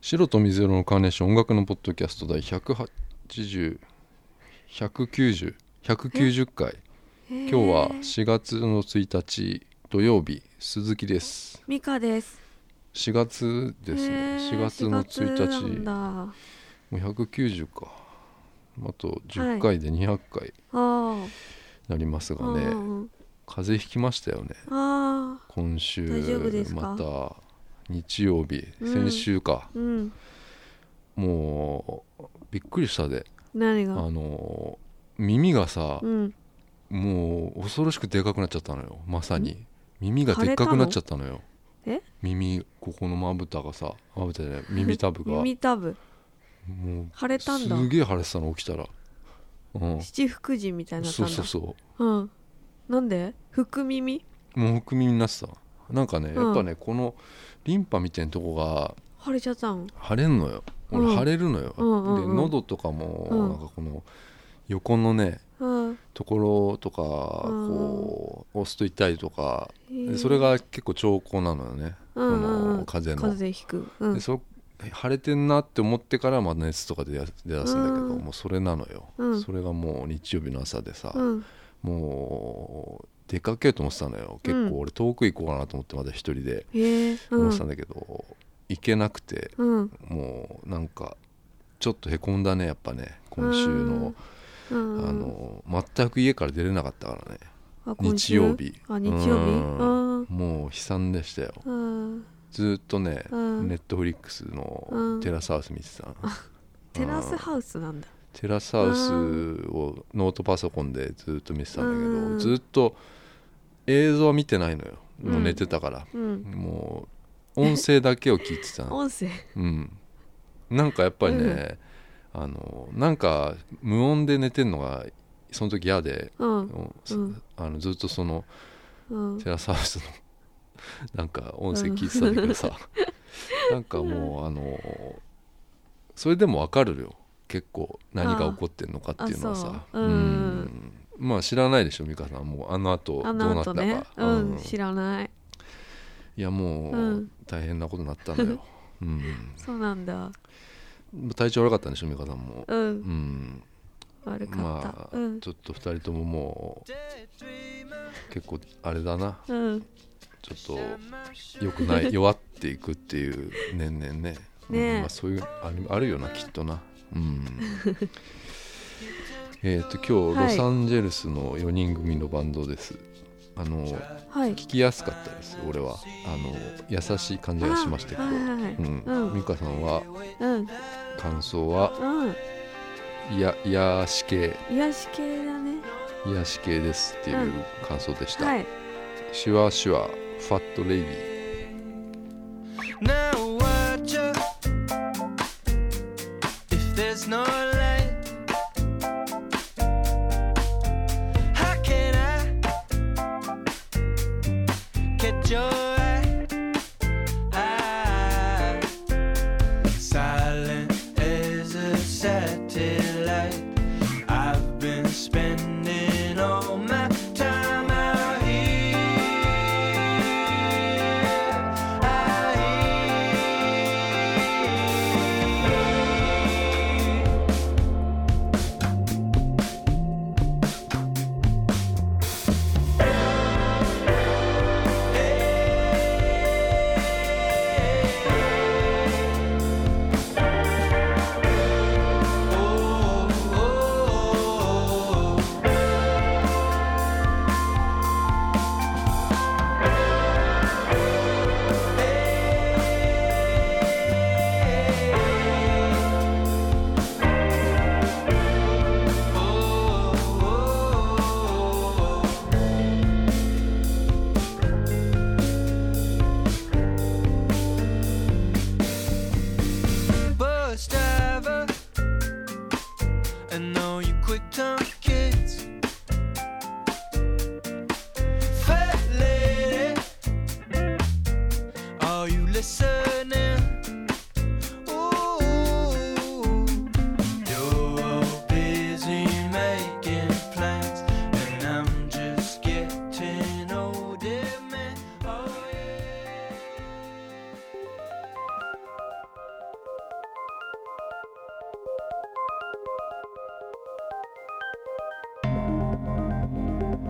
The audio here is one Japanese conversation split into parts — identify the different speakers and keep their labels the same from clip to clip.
Speaker 1: 白と水色のカーネーション音楽のポッドキャスト第180190190 190 190回
Speaker 2: 今
Speaker 1: 今日は4月の1日土曜日鈴木です
Speaker 2: ミカです
Speaker 1: 4月ですね
Speaker 2: へー
Speaker 1: 4月の
Speaker 2: 4月なん
Speaker 1: 1日
Speaker 2: だ
Speaker 1: もう190かあと10回で200回
Speaker 2: あー
Speaker 1: なります
Speaker 2: あ
Speaker 1: がね、
Speaker 2: ー
Speaker 1: 風邪ひきましたよね
Speaker 2: あ
Speaker 1: 今週
Speaker 2: 大丈夫ですか
Speaker 1: また日曜日
Speaker 2: うん
Speaker 1: 先週か、
Speaker 2: ーうん
Speaker 1: もうびっくりしたで
Speaker 2: 何
Speaker 1: あ
Speaker 2: が
Speaker 1: の耳がさ
Speaker 2: う、ん
Speaker 1: もう恐ろしくでかくなっちゃったのよまさに耳がでっかくなっちゃったのよ
Speaker 2: え
Speaker 1: 耳ここのまぶたがさまぶたじ ゃない耳たぶが
Speaker 2: 耳たぶ
Speaker 1: も
Speaker 2: 腫れ
Speaker 1: う
Speaker 2: たんだ
Speaker 1: すげえ腫れてたの起きたらうん
Speaker 2: 七福神みたいになった
Speaker 1: そ
Speaker 2: ん
Speaker 1: う
Speaker 2: だ
Speaker 1: そうそう
Speaker 2: うんなんで福耳
Speaker 1: もう含みになってたなんかね
Speaker 2: うん
Speaker 1: やっぱね、このリンパみたいなとこが
Speaker 2: 腫れちゃったん
Speaker 1: 腫れんのよ俺
Speaker 2: うん
Speaker 1: 腫れるのよ、
Speaker 2: うんうんうん
Speaker 1: で喉とかも
Speaker 2: うん
Speaker 1: なんかこの横のね
Speaker 2: うん
Speaker 1: ところとか
Speaker 2: うん
Speaker 1: こう押すと痛いとか、
Speaker 2: へ
Speaker 1: で
Speaker 2: ー
Speaker 1: それが結構兆候なのよね、
Speaker 2: うんうんうん
Speaker 1: あの風邪の。
Speaker 2: 風邪ひくうん
Speaker 1: でそ腫れてんなって思ってからまあ熱とか出や出だすんだけど、
Speaker 2: うん
Speaker 1: もうそれなのよ、
Speaker 2: うん
Speaker 1: それがもう日曜日の朝でさ、
Speaker 2: うん
Speaker 1: もう出かけようと思ってたのよ結
Speaker 2: う
Speaker 1: 構俺遠く行こうかなと思ってまだ一人で
Speaker 2: へえう
Speaker 1: 思
Speaker 2: ん
Speaker 1: ってたんだけど、行けなくて
Speaker 2: うん
Speaker 1: もうなんかちょっとへこんだねやっぱね今週の、
Speaker 2: うん
Speaker 1: あの全く家から出れなかったからね
Speaker 2: あ今
Speaker 1: 日
Speaker 2: 週
Speaker 1: 曜日
Speaker 2: あ日曜
Speaker 1: う
Speaker 2: 日
Speaker 1: ん
Speaker 2: うん
Speaker 1: もう悲惨でしたよ
Speaker 2: うん
Speaker 1: ずーっとね
Speaker 2: うん
Speaker 1: ネットフリックスのテラスハウス見てたの
Speaker 2: テラスハウスなんだ
Speaker 1: テラスハウスをノートパソコンでずっと見てたんだけど、
Speaker 2: うん
Speaker 1: ずっと映像は見てないのよ、もう
Speaker 2: うん
Speaker 1: 寝てたから
Speaker 2: うん
Speaker 1: もう音声だけを聞いてたの、
Speaker 2: 音声
Speaker 1: うん、なんかやっぱりね、あのなんか無音で寝てんのがその時嫌で、
Speaker 2: うん
Speaker 1: うんあのずっとその
Speaker 2: うん
Speaker 1: テラスハウス のなんか音声聞いてたんだけどさ、 なんかもうあのそれでもわかるよ結構何が起こってんのかっていうのはさ
Speaker 2: あそううん
Speaker 1: まあ知らないでしょ美香さんもうあのあとど
Speaker 2: あ
Speaker 1: うな
Speaker 2: の
Speaker 1: った
Speaker 2: 後
Speaker 1: か、
Speaker 2: ねう
Speaker 1: うん
Speaker 2: ん知らない
Speaker 1: いやもう、
Speaker 2: うん
Speaker 1: 大変なことになったんだ よ、う
Speaker 2: そうなんだ
Speaker 1: ん、体調悪かったんでしょ美香さんも、
Speaker 2: う
Speaker 1: うんん、
Speaker 2: 悪か
Speaker 1: ま
Speaker 2: った
Speaker 1: あ、
Speaker 2: うん
Speaker 1: ちょっと2人とももう結構あれだな
Speaker 2: うん
Speaker 1: ちょっと良くない弱っていくっていう年々ね
Speaker 2: ねえ
Speaker 1: うんまあ、そういうありあるよなきっとなうん えっと今
Speaker 2: は
Speaker 1: 日
Speaker 2: い
Speaker 1: ロサンゼルスの4人組のバンドです、あの
Speaker 2: はい
Speaker 1: 聞きやすかったです俺はあの優しい感じがしましたけど、
Speaker 2: あはいはいはい
Speaker 1: うん、
Speaker 2: うん
Speaker 1: 美香さんは
Speaker 2: うん
Speaker 1: 感想は
Speaker 2: うん
Speaker 1: いや癒やし系
Speaker 2: 癒し系だね
Speaker 1: 癒やし系ですっていう感想でした、
Speaker 2: はい
Speaker 1: シュワシュワファットレイビー
Speaker 3: Now watch out if there's no light. How can I get your eye? Eye. Silent as a satellite. I've been spending all my time out here. Out here.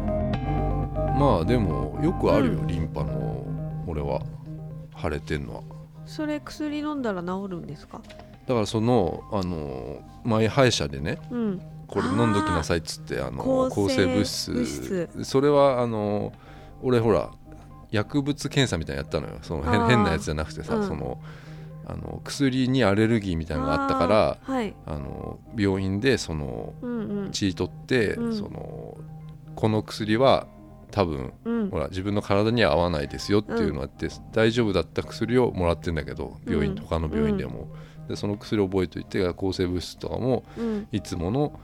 Speaker 1: まあでもよくあるよ、
Speaker 2: うん
Speaker 1: リンパの俺は腫れてんのは
Speaker 2: それ薬飲んだら治るんですか
Speaker 1: だからそのあの前歯医者でね
Speaker 2: うん
Speaker 1: これ飲んどきなさいっつってあの
Speaker 2: 抗
Speaker 1: 抗
Speaker 2: 生
Speaker 1: 生物質
Speaker 2: 物質
Speaker 1: それはあの俺ほら薬物検査みたいなのやったのよその
Speaker 2: あ
Speaker 1: 変
Speaker 2: ー
Speaker 1: 変なやつじゃなくてさ、
Speaker 2: うん
Speaker 1: そのあの薬にアレルギーみたいなのがあったから
Speaker 2: あーはい
Speaker 1: あの病院でその
Speaker 2: うんうん
Speaker 1: 血取って、
Speaker 2: うん
Speaker 1: そのこの薬は多分
Speaker 2: うん
Speaker 1: ほら自分の体には合わないですよっていうのがあって、大丈夫だった薬をもらってんだけど病院、
Speaker 2: うん
Speaker 1: 他の病院でも、でその薬を覚えといて抗生物質とかも
Speaker 2: うん
Speaker 1: いつもの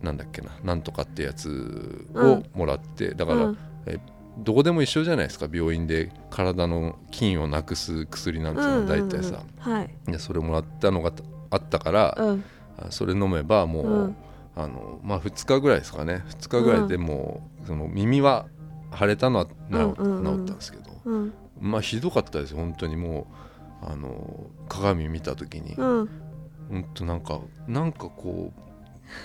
Speaker 1: なんだっけななんとかってやつ
Speaker 2: う
Speaker 1: を
Speaker 2: ん
Speaker 1: もらって、だから、
Speaker 2: うん
Speaker 1: どこでも一緒じゃないですか病院で体の菌をなくす薬なんていうのは大体さ、
Speaker 2: うんうんうんはい
Speaker 1: でそれもらったのがあったから、
Speaker 2: うん
Speaker 1: あそれ飲めばもう、
Speaker 2: うん
Speaker 1: あのまあ、2日ぐらいですかね2日ぐらいでもう、その耳は腫れたのは治,、
Speaker 2: うんうんうん
Speaker 1: 治ったんですけど
Speaker 2: うん
Speaker 1: まあひどかったですよ本当にもうあの鏡見た時に、
Speaker 2: うん
Speaker 1: ほんとなんかなんかこ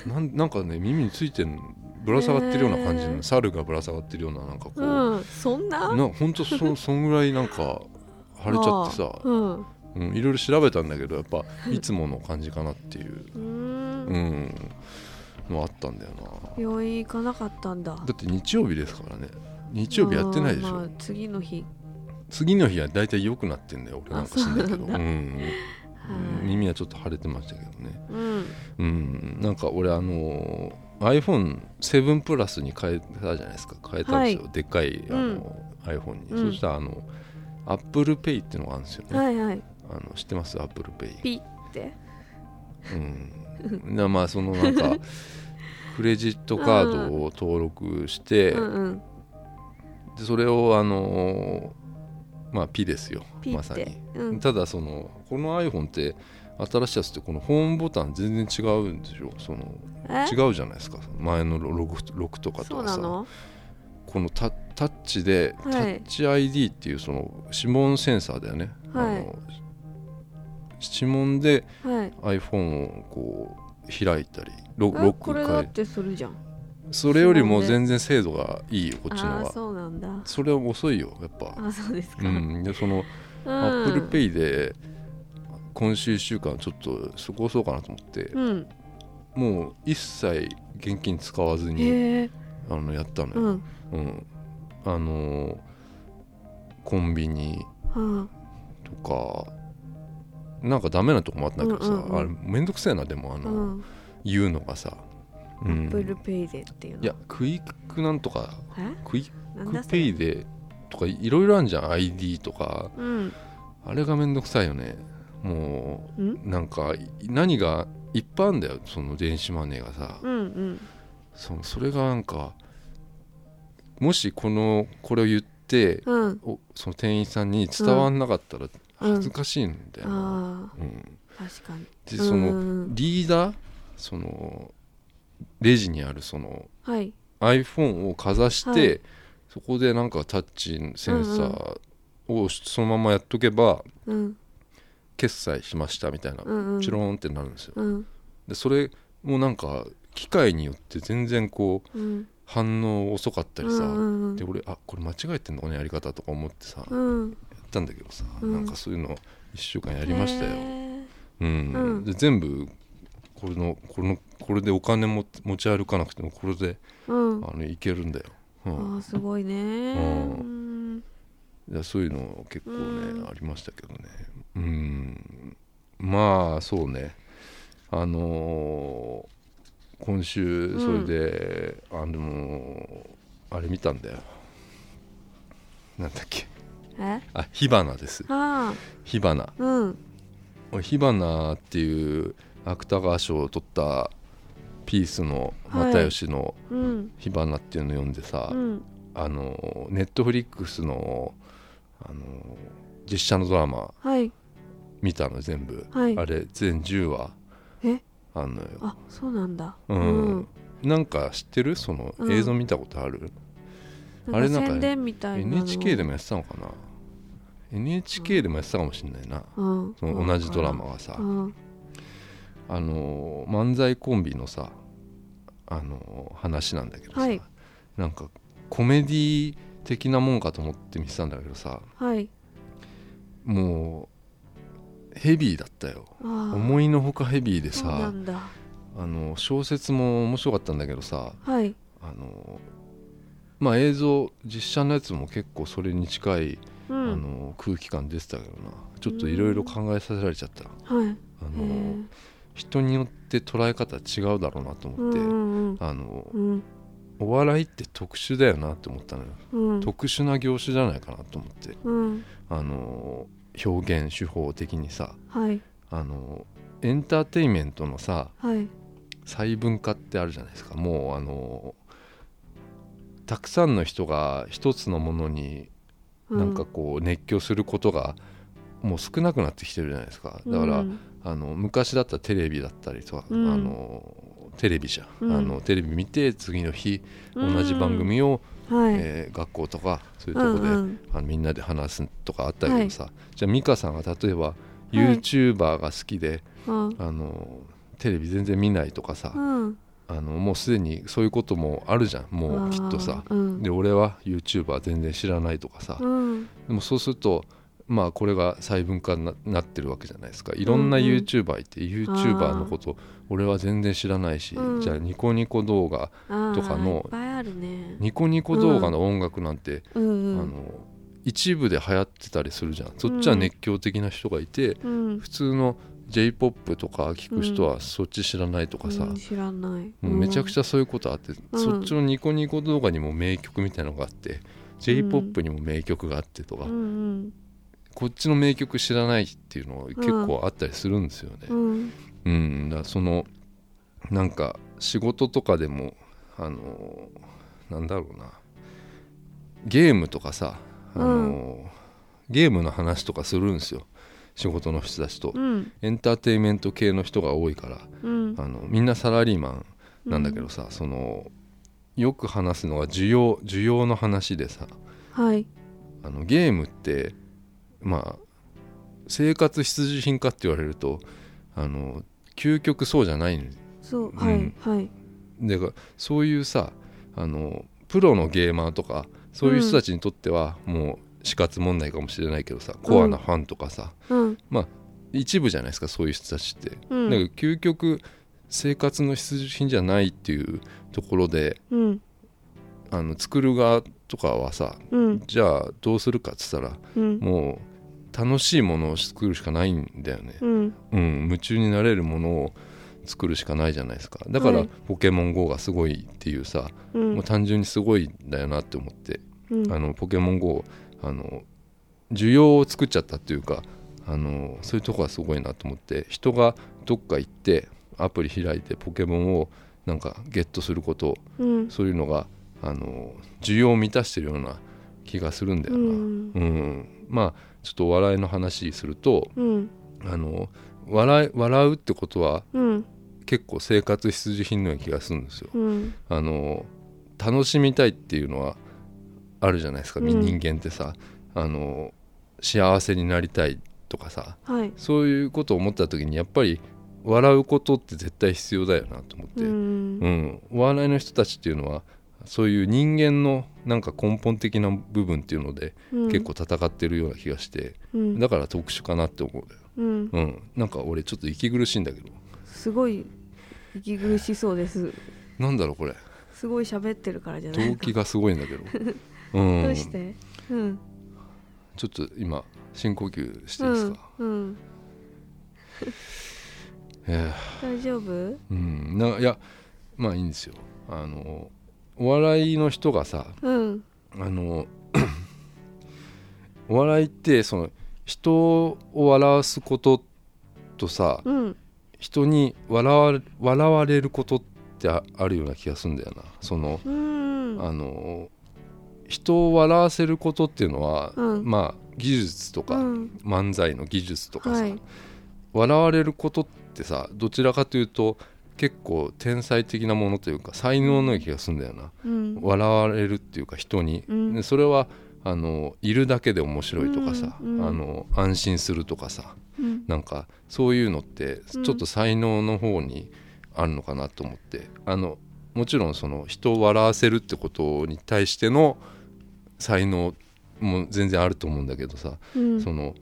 Speaker 1: うなんなんかね耳についてんぶら下がってるような感じの、
Speaker 2: へー
Speaker 1: 猿がぶら下がってるようななんかこう、
Speaker 2: うんそんな
Speaker 1: なほんと そそんぐらいなんか腫れちゃってさ、
Speaker 2: うんう
Speaker 1: うん、いろいろ調べたんだけどやっぱいつもの感じかなっていう、
Speaker 2: ー
Speaker 1: う
Speaker 2: ん
Speaker 1: ん、のあったんだよな
Speaker 2: 病院行かなかったんだ
Speaker 1: だって日曜日ですからね日曜日やってないでし
Speaker 2: あ
Speaker 1: ょ、
Speaker 2: ーまあ次の日
Speaker 1: 次の日は大体良くなってんだよ俺なんか死んだけど
Speaker 2: あそうなんだ
Speaker 1: うん
Speaker 2: はい
Speaker 1: 耳はちょっと腫れてましたけどね
Speaker 2: うん
Speaker 1: うんなんか俺あのー iPhone7 プラスに変えたじゃないですか変えたんですよ、でっかいあの、iPhone に、
Speaker 2: う
Speaker 1: そ
Speaker 2: ん
Speaker 1: したらあの ApplePay っていうのがあるんですよね、
Speaker 2: はいはい
Speaker 1: あの知ってます ApplePay
Speaker 2: ピッて
Speaker 1: うんなまあそのなん かクレジットカードを登録して、
Speaker 2: うんうん
Speaker 1: でそれをあのーまあ P ですよ
Speaker 2: ピ
Speaker 1: ま
Speaker 2: ッ
Speaker 1: さ
Speaker 2: て
Speaker 1: に、
Speaker 2: うん
Speaker 1: ただそのこの iPhone って新しいやつってこのホームボタン全然違うんでしょその
Speaker 2: え
Speaker 1: 違うじゃないですか前の 6, 6とかと
Speaker 2: そう
Speaker 1: か
Speaker 2: な
Speaker 1: さ
Speaker 2: の
Speaker 1: このタタッチで、
Speaker 2: はい
Speaker 1: タッチ ID っていうその指紋センサーだよね、
Speaker 2: はい
Speaker 1: あの指紋で
Speaker 2: はい
Speaker 1: iPhone をこう開いたりロロ
Speaker 2: え
Speaker 1: ッ
Speaker 2: こ
Speaker 1: ク
Speaker 2: れだっ
Speaker 1: 変え
Speaker 2: てするじゃん
Speaker 1: それよりも全然精度がいいよこっちの
Speaker 2: ああ
Speaker 1: は
Speaker 2: そうなんだ
Speaker 1: それは遅いよやっぱ
Speaker 2: あそうですか、
Speaker 1: うん、でその
Speaker 2: うん、
Speaker 1: アップルペイで今週1週間ちょっと過ごそうかなと思って、
Speaker 2: うん
Speaker 1: もう一切現金使わずに
Speaker 2: へえ
Speaker 1: あのやったの
Speaker 2: う
Speaker 1: よ、
Speaker 2: ん
Speaker 1: うんあのーコンビニ
Speaker 2: は
Speaker 1: とかなんかダメなとこもあったんだけどさ、
Speaker 2: うんうんうん
Speaker 1: あれめんどくせえなでもあ
Speaker 2: あ
Speaker 1: の、
Speaker 2: うん
Speaker 1: 言うのがさ、う
Speaker 2: ア
Speaker 1: ん
Speaker 2: ップルペイでっていうの
Speaker 1: いやクイックなんとか
Speaker 2: え
Speaker 1: クイ
Speaker 2: な
Speaker 1: ッ
Speaker 2: んだ
Speaker 1: ク
Speaker 2: そ
Speaker 1: ペ
Speaker 2: れ
Speaker 1: イでとかいろいろあるじゃん ID とか
Speaker 2: うん
Speaker 1: あれがめんどくさいよねもう
Speaker 2: うん
Speaker 1: なんかい何がいっぱいあんだよその電子マネーがさ、
Speaker 2: うんうん
Speaker 1: そのそれがなんかもしこのこれを言って
Speaker 2: うん
Speaker 1: おその店員さんに伝わんなかったら
Speaker 2: うん
Speaker 1: 恥ずかしいんだよな、
Speaker 2: あ
Speaker 1: うん
Speaker 2: あ確かに
Speaker 1: でその
Speaker 2: の
Speaker 1: リーダーそのレジにあるその
Speaker 2: はい
Speaker 1: iPhone をかざして、
Speaker 2: はい
Speaker 1: そこでなんかタッチセンサーをそのままやっとけば
Speaker 2: うん
Speaker 1: 決済しましたみたいな、
Speaker 2: うんうん
Speaker 1: チローンってなるんですよ
Speaker 2: うん
Speaker 1: でそれもなんか機械によって全然こう
Speaker 2: うん
Speaker 1: 反応遅かったりさ、
Speaker 2: うんうん
Speaker 1: で俺あこれ間違えてんのかねやり方とか思ってさ、や
Speaker 2: うん
Speaker 1: ったんだけどさ、
Speaker 2: うん
Speaker 1: なんかそういうの1週間やりましたよ、
Speaker 2: へ
Speaker 1: うん
Speaker 2: うん
Speaker 1: で全部これのこのこれでお金も持ち歩かなくてもこれで
Speaker 2: ーうん
Speaker 1: あのいけるんだよ、う
Speaker 2: あ
Speaker 1: ん
Speaker 2: ーすごいね
Speaker 1: う
Speaker 2: うん
Speaker 1: いやそういうの結構ね、
Speaker 2: うん
Speaker 1: ありましたけどねうんまあそうねあのー今週それで、あのーあれ見たんだよなんだっけ
Speaker 2: え
Speaker 1: あ火花です
Speaker 2: ああ
Speaker 1: 火花
Speaker 2: うん
Speaker 1: 俺火花っていう芥川賞を取ったピースの
Speaker 2: はい
Speaker 1: 又吉の
Speaker 2: うん
Speaker 1: 火花っていうのを読んでさ、
Speaker 2: うん
Speaker 1: あのネットフリックスのあの実写のドラマ
Speaker 2: はい
Speaker 1: 見たの全部、
Speaker 2: はい
Speaker 1: あれ全10話
Speaker 2: え
Speaker 1: あんのよ
Speaker 2: あそうなんだ
Speaker 1: うん、
Speaker 2: うん
Speaker 1: なんか知ってるその
Speaker 2: うん
Speaker 1: 映像見たことある、
Speaker 2: な
Speaker 1: あれ
Speaker 2: ん
Speaker 1: な
Speaker 2: か
Speaker 1: んか
Speaker 2: 宣伝みたいなの
Speaker 1: NHK でもやってたのかな NHK でもやってたかもしれないな、
Speaker 2: うん
Speaker 1: その同じドラマがさ、
Speaker 2: うん
Speaker 1: あの漫才コンビのさあの話なんだけどさ、
Speaker 2: はい
Speaker 1: なんかコメディ的なもんかと思って見てたんだけどさ
Speaker 2: はい
Speaker 1: もうヘビーだったよ
Speaker 2: あー
Speaker 1: 思いのほかヘビーで
Speaker 2: そうな
Speaker 1: さ
Speaker 2: んだ
Speaker 1: あの小説も面白かったんだけどさ
Speaker 2: はい
Speaker 1: あのまあ映像実写のやつも結構それに近い、
Speaker 2: う
Speaker 1: あ
Speaker 2: ん
Speaker 1: の空気感出てたけどなちょっといろいろ考えさせられちゃった、
Speaker 2: はいへ
Speaker 1: あの
Speaker 2: ー
Speaker 1: 人によって捉え方違うだろうなと
Speaker 2: う
Speaker 1: 思
Speaker 2: ん
Speaker 1: って、
Speaker 2: うん
Speaker 1: あの
Speaker 2: うん
Speaker 1: お笑いって特殊だよなって思ったのよ、
Speaker 2: うん
Speaker 1: 特殊な業種じゃないかなと思って
Speaker 2: うん
Speaker 1: あの表現手法的にさ
Speaker 2: はい
Speaker 1: あのエンターテインメントのさ
Speaker 2: はい
Speaker 1: 細分化ってあるじゃないですかもうあのたくさんの人が一つのものに
Speaker 2: うん
Speaker 1: なんかこう熱狂することがもう少なくなってきてるじゃないですかだから、
Speaker 2: うん
Speaker 1: あの昔だったらテレビだったりとか、
Speaker 2: うん
Speaker 1: あのテレビじゃん、
Speaker 2: うん
Speaker 1: あのテレビ見て次の日同じ番組を、
Speaker 2: うんはい
Speaker 1: えー学校とかそういうとこで、
Speaker 2: うんうん
Speaker 1: あのみんなで話すとかあったけどさ、じゃあ美香さんが例えば
Speaker 2: い
Speaker 1: YouTuber が好きで、
Speaker 2: あ
Speaker 1: あのテレビ全然見ないとかさ、
Speaker 2: うん
Speaker 1: あのもうすでにそういうこともあるじゃんもうきっとさ
Speaker 2: あーうん
Speaker 1: で俺は YouTuber 全然知らないとかさ、
Speaker 2: うん
Speaker 1: でもそうするとまあこれが細分化にななってるわけじゃないですかいろんな
Speaker 2: うんうん
Speaker 1: YouTuber いて、YouTuber のこと俺は全然知らないし、
Speaker 2: うん
Speaker 1: じゃあニコニコ動画
Speaker 2: あー
Speaker 1: とかの
Speaker 2: いっぱいあるね
Speaker 1: ニコニコ動画の音楽なんて、
Speaker 2: うんう
Speaker 1: あ
Speaker 2: ん
Speaker 1: の一部で流行ってたりするじゃんそっちは熱狂的な人がいて、
Speaker 2: うん
Speaker 1: 普通の j p o p とか聞く人はそっち知らないとかさ、
Speaker 2: うん知らない
Speaker 1: もうめちゃく
Speaker 2: ゃ
Speaker 1: ちゃそういうことあって、
Speaker 2: ん
Speaker 1: そっちのニコニコ動画にも名曲みたいなのがあって j p o p にも名曲があってとか、
Speaker 2: うんうん
Speaker 1: こっちの名曲知らないっていうのは結構あったりするんですよね。
Speaker 2: う
Speaker 1: うん
Speaker 2: ん
Speaker 1: だからそのなんか仕事とかでもあのなんだろうなゲームとかさあの、ゲームの話とかするんですよ仕事の人たちと、
Speaker 2: うん
Speaker 1: エンターテインメント系の人が多いから
Speaker 2: うん
Speaker 1: あのみんなサラリーマンなんだけどさ、そのよく話すのは需要需要の話でさ
Speaker 2: はい
Speaker 1: あのゲームってまあ生活必需品かって言われるとあの究極そうじゃないん
Speaker 2: そう
Speaker 1: うん
Speaker 2: はいはい
Speaker 1: だからそういうさあのプロのゲーマーとかそういう人たちにとってはもう死活問題かもしれないけどさ、コアなファンとかさ
Speaker 2: うん
Speaker 1: 一部じゃないですかそういう人たちって。
Speaker 2: う
Speaker 1: だから
Speaker 2: ん
Speaker 1: 究極生活の必需品じゃないっていうところで
Speaker 2: うん
Speaker 1: あの作る側とかはさ
Speaker 2: うん
Speaker 1: じゃあどうするかっつったら
Speaker 2: うん
Speaker 1: もう楽しいものを作るしかないんだよね、
Speaker 2: うん
Speaker 1: うん、夢中になれるものを作るしかないじゃないですかだから
Speaker 2: はい
Speaker 1: 「ポケモン GO」がすごいっていうさ、
Speaker 2: う
Speaker 1: も
Speaker 2: ん
Speaker 1: う単純にすごいんだよなって思って
Speaker 2: うん
Speaker 1: 「あのポケモン GO」あの需要を作っちゃったっていうかあのそういうとこがすごいなと思って人がどっか行ってアプリ開いてポケモンをなんかゲットすること
Speaker 2: うん
Speaker 1: そういうのがあの需要を満たしてるような気がするんだよな。
Speaker 2: うん
Speaker 1: うん、まあちょっとお笑いの話すると
Speaker 2: うん
Speaker 1: あの笑い笑うってことは
Speaker 2: うん
Speaker 1: 結構生活必需品のような気がするんですよ。
Speaker 2: うん
Speaker 1: あの楽しみたいっていうのはあるじゃないですか、み
Speaker 2: うん
Speaker 1: 人間ってさあの幸せになりたいとかさ
Speaker 2: はい
Speaker 1: そういうことを思った時にやっぱり笑うことって絶対必要だよなと思って、
Speaker 2: う
Speaker 1: うんん、お笑いの人たちっていうのはそういう人間のなんか根本的な部分っていうので結構戦ってるような気がして、
Speaker 2: うん
Speaker 1: だから特殊かなって思う
Speaker 2: うん
Speaker 1: うんなんか俺ちょっと息苦しいんだけど
Speaker 2: すごい息苦しそうです
Speaker 1: なんだろうこれ
Speaker 2: すごい喋ってるからじゃない
Speaker 1: 動
Speaker 2: か
Speaker 1: 機がすごいんだけど、うん、
Speaker 2: どうしてうん
Speaker 1: ちょっと今深呼吸していいで
Speaker 2: う
Speaker 1: す
Speaker 2: ん
Speaker 1: か、
Speaker 2: うん
Speaker 1: え
Speaker 2: 大丈夫
Speaker 1: ーうんないやまあいいんですよあのお笑いの人がさ
Speaker 2: うん
Speaker 1: あの お笑いってその人を笑わすこととさ
Speaker 2: うん
Speaker 1: 人に笑わ笑われることってああるような気がするんだよなその
Speaker 2: うん
Speaker 1: あの人を笑わせることっていうのは、
Speaker 2: うん
Speaker 1: まあ技術とか、
Speaker 2: うん
Speaker 1: 漫才の技術とかさ、
Speaker 2: はい
Speaker 1: 笑われることってさどちらかというと結構天才的なものというか才能のような気がするんだよな、
Speaker 2: うん
Speaker 1: 笑われるっていうか人に、
Speaker 2: うん
Speaker 1: でそれはあのいるだけで面白いとかさ、
Speaker 2: うんうん
Speaker 1: あの安心するとかさ
Speaker 2: うん
Speaker 1: なんかそういうのって
Speaker 2: うん
Speaker 1: ちょっと才能の方にあるのかなと思って、あのもちろんその人を笑わせるってことに対しての才能も全然あると思うんだけどさ、
Speaker 2: うん
Speaker 1: その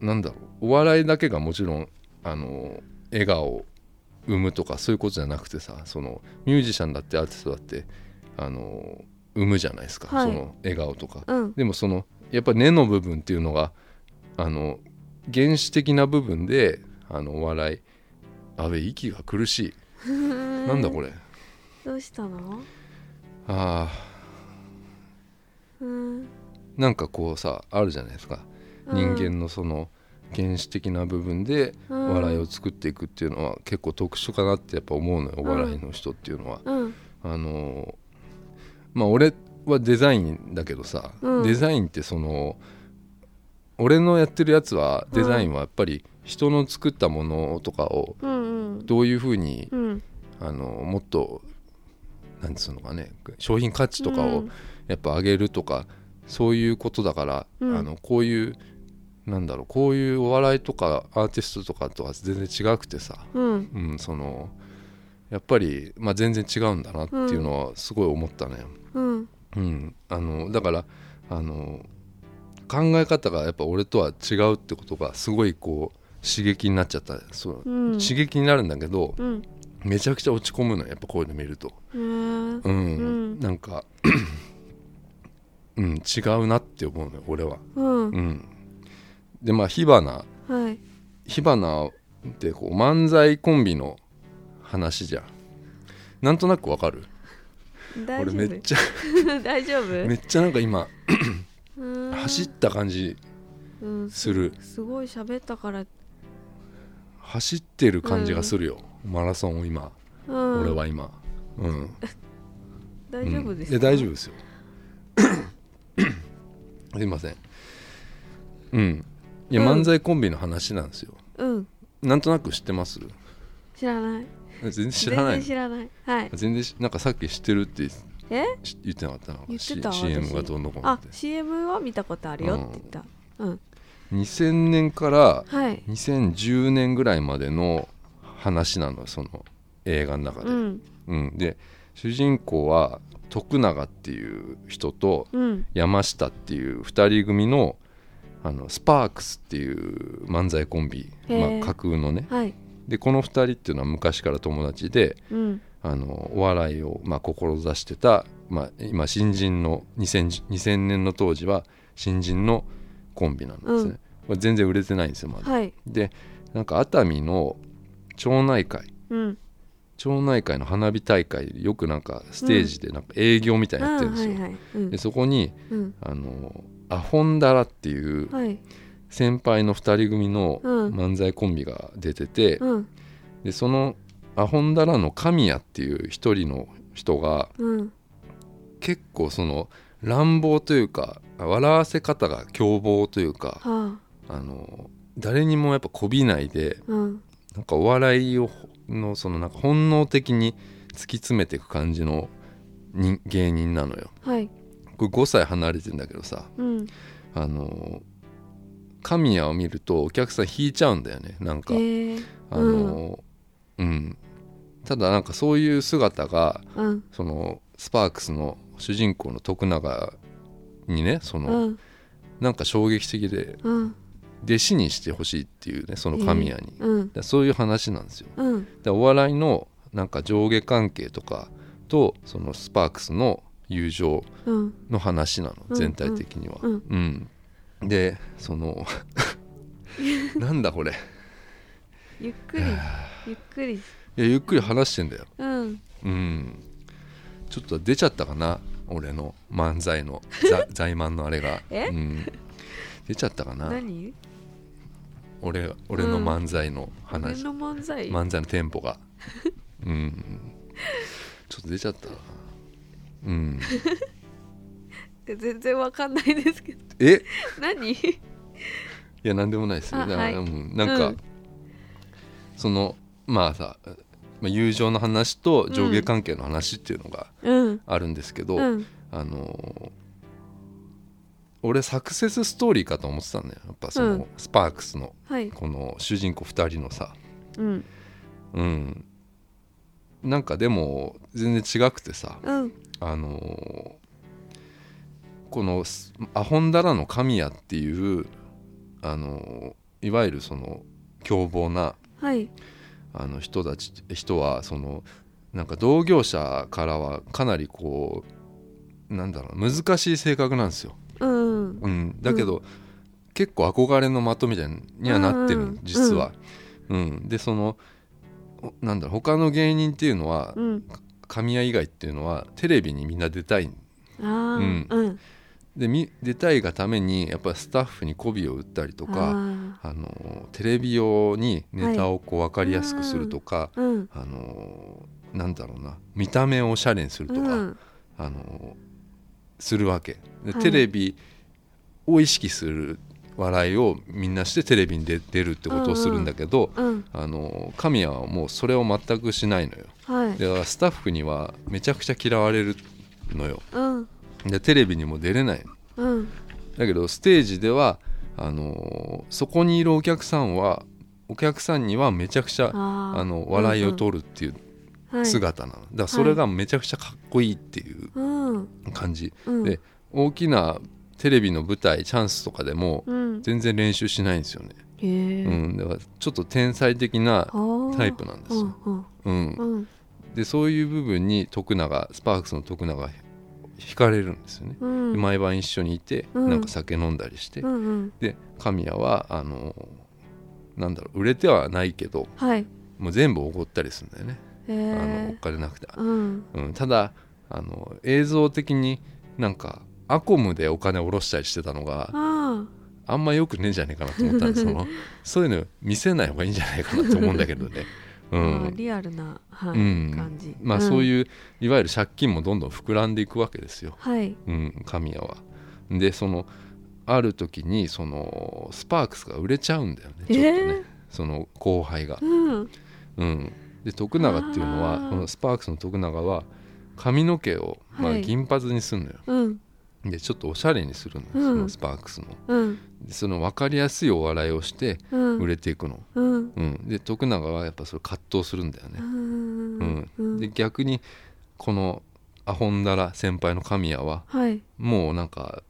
Speaker 1: なんだろうお笑いだけがもちろんあの笑顔を生むとかそういうことじゃなくてさそのミュージシャンだってアーティストだってあの生むじゃないですか、
Speaker 2: は
Speaker 1: そ
Speaker 2: い
Speaker 1: の笑顔とか。
Speaker 2: うん
Speaker 1: でもそのやっぱ根の部分っていうのがあの原始的な部分であのお笑いあべ息が苦しいなんだこれ
Speaker 2: どうしたの
Speaker 1: あ
Speaker 2: うん
Speaker 1: ーなんかこうさあるじゃないですか人間のその原始的な部分で
Speaker 2: の
Speaker 1: 笑いを作っていくっていうのは結構特殊かなってやっぱ思うのよお笑いの人っていうのは。
Speaker 2: うん
Speaker 1: あのまあ俺はデザインだけどさ、
Speaker 2: うん
Speaker 1: デザインってその俺のやってるやつはデザインはやっぱり人の作ったものとかを
Speaker 2: うんうん
Speaker 1: どういうふうに、
Speaker 2: うん
Speaker 1: あのもっとなんつうのかね商品価値とか
Speaker 2: う
Speaker 1: を
Speaker 2: ん
Speaker 1: やっぱ上げるとか、そういうことだから、
Speaker 2: うん
Speaker 1: あのこういうなんだろうこういうお笑いとかアーティストとかとは全然違くてさ、
Speaker 2: うん
Speaker 1: うん、そのやっぱり、まあ、全然違うんだなっていうのはすごい思ったね、
Speaker 2: うん
Speaker 1: うんあのだからあの考え方がやっぱ俺とは違うってことがすごいこう刺激になっちゃったそう、
Speaker 2: うん
Speaker 1: 刺激になるんだけど
Speaker 2: うん
Speaker 1: めちゃくちゃ落ち込むのやっぱこういうの見ると、
Speaker 2: へー
Speaker 1: うん
Speaker 2: うん
Speaker 1: なんかうん違うなって思うのよ俺は、
Speaker 2: うん
Speaker 1: うん、でまあ火花
Speaker 2: はい
Speaker 1: 火花ってこう漫才コンビの話じゃんなんとなくわかる
Speaker 2: 大
Speaker 1: 俺
Speaker 2: 丈
Speaker 1: めっ
Speaker 2: 夫
Speaker 1: ちゃ
Speaker 2: 大丈夫
Speaker 1: めっちゃなんか今
Speaker 2: うん
Speaker 1: 走った感じ
Speaker 2: うん
Speaker 1: する
Speaker 2: すごい喋ったから
Speaker 1: 走ってる感じがするよ、マラソンを今、
Speaker 2: うん
Speaker 1: 俺は今うん
Speaker 2: 大丈夫です
Speaker 1: うんいや大丈
Speaker 2: 夫
Speaker 1: 夫ですよ すいませんうんいや
Speaker 2: うん
Speaker 1: 漫才コンビの話なんですよ、
Speaker 2: うん
Speaker 1: なんとなく知ってます
Speaker 2: 知らない
Speaker 1: 全然知らない
Speaker 2: 全然知らないはい
Speaker 1: 全然しなんかさっき知ってるって
Speaker 2: え
Speaker 1: し言ってなかったの
Speaker 2: 言ってた
Speaker 1: C- CM
Speaker 2: 私
Speaker 1: がどうのこうのっ
Speaker 2: あ
Speaker 1: て
Speaker 2: CM は見たことあるよって言ったうん
Speaker 1: 2000年から
Speaker 2: はい
Speaker 1: 2010年ぐらいまでの話なのその映画の中で、
Speaker 2: う
Speaker 1: うん
Speaker 2: ん
Speaker 1: で主人公は徳永っていう人と
Speaker 2: うん
Speaker 1: 山下っていう2人組のあのスパークスっていう漫才コンビ、
Speaker 2: へー
Speaker 1: まあ、架空のね
Speaker 2: はい
Speaker 1: でこの2人っていうのは昔から友達で
Speaker 2: うん
Speaker 1: あのお笑いを、まあ、志してた、まあ、今新人の 2000, 2000年の当時は新人のコンビなんですね、これ全然売れてないんですよまだ、
Speaker 2: はい
Speaker 1: でなんか熱海の町内会
Speaker 2: うん
Speaker 1: 町内会の花火大会よくなんかステージでなんか営業みたいなのやってるんですよ、
Speaker 2: あーはいはいうん
Speaker 1: でそこに
Speaker 2: うん
Speaker 1: あのアホンダラっていう
Speaker 2: はい
Speaker 1: 先輩の2人組の
Speaker 2: うん
Speaker 1: 漫才コンビが出てて、
Speaker 2: うん
Speaker 1: でそのアホンダラの神谷っていう一人の人が
Speaker 2: うん
Speaker 1: 結構その乱暴というか笑わせ方が凶暴というか
Speaker 2: はあ
Speaker 1: あの誰にもやっぱこびないで
Speaker 2: うん
Speaker 1: なんかお笑いをのそのなんか本能的に突き詰めていく感じの人芸人なのよ
Speaker 2: はい
Speaker 1: これ5歳離れてんだけどさ
Speaker 2: うん
Speaker 1: あの神谷を見るとお客さん引いちゃうんだよねなんか、
Speaker 2: へえ
Speaker 1: あのうん、ただなんかそういう姿が
Speaker 2: うん
Speaker 1: そのスパークスの主人公の徳永にねその、
Speaker 2: うん
Speaker 1: なんか衝撃的で
Speaker 2: うん
Speaker 1: 弟子にしてほしいっていうねその神谷に、
Speaker 2: うん
Speaker 1: だそういう話なんですよ
Speaker 2: うん
Speaker 1: でお笑いのなんか上下関係とかとそのスパークスの友情
Speaker 2: うん
Speaker 1: の話なの
Speaker 2: うん
Speaker 1: 全体的には。
Speaker 2: うん
Speaker 1: うんでその なんだこれい
Speaker 2: ゆっくりゆっくり
Speaker 1: やゆっくり話してんだよ。
Speaker 2: うん
Speaker 1: うんちょっと出ちゃったかな俺の漫才のざ 在満のあれが、
Speaker 2: え
Speaker 1: うん、出ちゃったかな
Speaker 2: 何
Speaker 1: 俺俺の漫才の話、
Speaker 2: 俺の漫才
Speaker 1: 漫才のテンポ がうんちょっと出ちゃったなうん
Speaker 2: 全然わかんないですけど
Speaker 1: えい
Speaker 2: 何
Speaker 1: や何でもないですよ
Speaker 2: あ
Speaker 1: だから
Speaker 2: はい
Speaker 1: うんなんか、
Speaker 2: うん
Speaker 1: そのまあさ、まあ、友情の話と上下関係の話っていうのが
Speaker 2: うん
Speaker 1: あるんですけど、
Speaker 2: うん
Speaker 1: あのー俺サクセスストーリーかと思ってたんだよやっぱそうの
Speaker 2: ん
Speaker 1: スパークスの
Speaker 2: はい
Speaker 1: この主人公2人のさ
Speaker 2: うん
Speaker 1: うんなんかでも全然違くてさ
Speaker 2: うん
Speaker 1: あのーこのすアホンダラの神谷っていうあのーいわゆるその凶暴な
Speaker 2: はい
Speaker 1: あの人たち人はそのなんか同業者からはかなりこうなんだろう難しい性格なんですよ。
Speaker 2: うん
Speaker 1: うん、だけど、結構憧れの的みたいにはなってる、
Speaker 2: うんうん
Speaker 1: 実は。うん、でそのおなんだろう他の芸人っていうのは
Speaker 2: うん
Speaker 1: 神谷以外っていうのはテレビにみんな出たい
Speaker 2: あーうん
Speaker 1: でみ出たいがためにやっぱスタッフに媚びを売ったりとか
Speaker 2: あ
Speaker 1: あのテレビ用にネタをこう分かりやすくするとか、
Speaker 2: ーうん
Speaker 1: あのーなんだろうな見た目をおしゃれにするとか、
Speaker 2: うん
Speaker 1: あのーするわけで、
Speaker 2: はい
Speaker 1: テレビを意識する笑いをみんなしてテレビに出出るってことをするんだけど、
Speaker 2: うん
Speaker 1: あのー神谷はもうそれを全くしないのよ
Speaker 2: はい
Speaker 1: だからスタッフにはめちゃくちゃ嫌われるのよ
Speaker 2: うん
Speaker 1: でテレビにも出れないの
Speaker 2: うん
Speaker 1: だけどステージではあのーそこにいるお客さんはお客さんにはめちゃくちゃ
Speaker 2: あー
Speaker 1: あの笑いを取るっていう姿なの、だからそれがめちゃくちゃかっこいいっていう
Speaker 2: うん
Speaker 1: 感じ、
Speaker 2: うん
Speaker 1: で大きなテレビの舞台チャンスとかでも
Speaker 2: うん
Speaker 1: 全然練習しないんですよね、
Speaker 2: へえ
Speaker 1: うんだからちょっと天才的なタイプなんです
Speaker 2: うん
Speaker 1: よ、
Speaker 2: うん
Speaker 1: うん
Speaker 2: うん
Speaker 1: でそういう部分に徳永スパークスの徳永惹かれるんですよね、
Speaker 2: うん
Speaker 1: で毎晩一緒にいて、
Speaker 2: うん
Speaker 1: なんか酒飲んだりして、
Speaker 2: うんうん
Speaker 1: で神谷はあのなんだろう売れてはないけど
Speaker 2: はい
Speaker 1: もう全部おごったりするんだよね、
Speaker 2: へ
Speaker 1: あのお
Speaker 2: え
Speaker 1: 金なくて
Speaker 2: うん
Speaker 1: うん、ただあの映像的になんかアコムでお金下ろしたりしてたのが
Speaker 2: あ
Speaker 1: あんまよくねえんじゃねえかなと思ったんでそ のそういうの見せない方がいいんじゃないかなと思うんだけどね。う
Speaker 2: あ
Speaker 1: ん
Speaker 2: ああリアルなは
Speaker 1: う
Speaker 2: い
Speaker 1: ん
Speaker 2: 感じ
Speaker 1: まあ、そう
Speaker 2: うん
Speaker 1: いういわゆる借金もどんどん膨らんでいくわけですよ、
Speaker 2: はい
Speaker 1: うん、神谷は。でそのある時にそのスパークスが売れちゃうんだよねちょっとね、
Speaker 2: えー
Speaker 1: その後輩が。
Speaker 2: うん
Speaker 1: うん、で徳永っていうの
Speaker 2: あー
Speaker 1: はこのスパークスの徳永は髪の毛を、ま
Speaker 2: は
Speaker 1: あ、
Speaker 2: い
Speaker 1: 銀髪にするのよ。
Speaker 2: うん
Speaker 1: でちょっとおしゃれにするの、
Speaker 2: うん
Speaker 1: そのスパークスの
Speaker 2: うん
Speaker 1: でその分かりやすいお笑いをして
Speaker 2: うん
Speaker 1: 売れていくの、
Speaker 2: うん
Speaker 1: うんで徳永はやっぱそれ葛藤するんだよ
Speaker 2: う
Speaker 1: ね、
Speaker 2: んうん
Speaker 1: で逆にこのアホンダラ先輩の神谷は
Speaker 2: はい
Speaker 1: もうなんか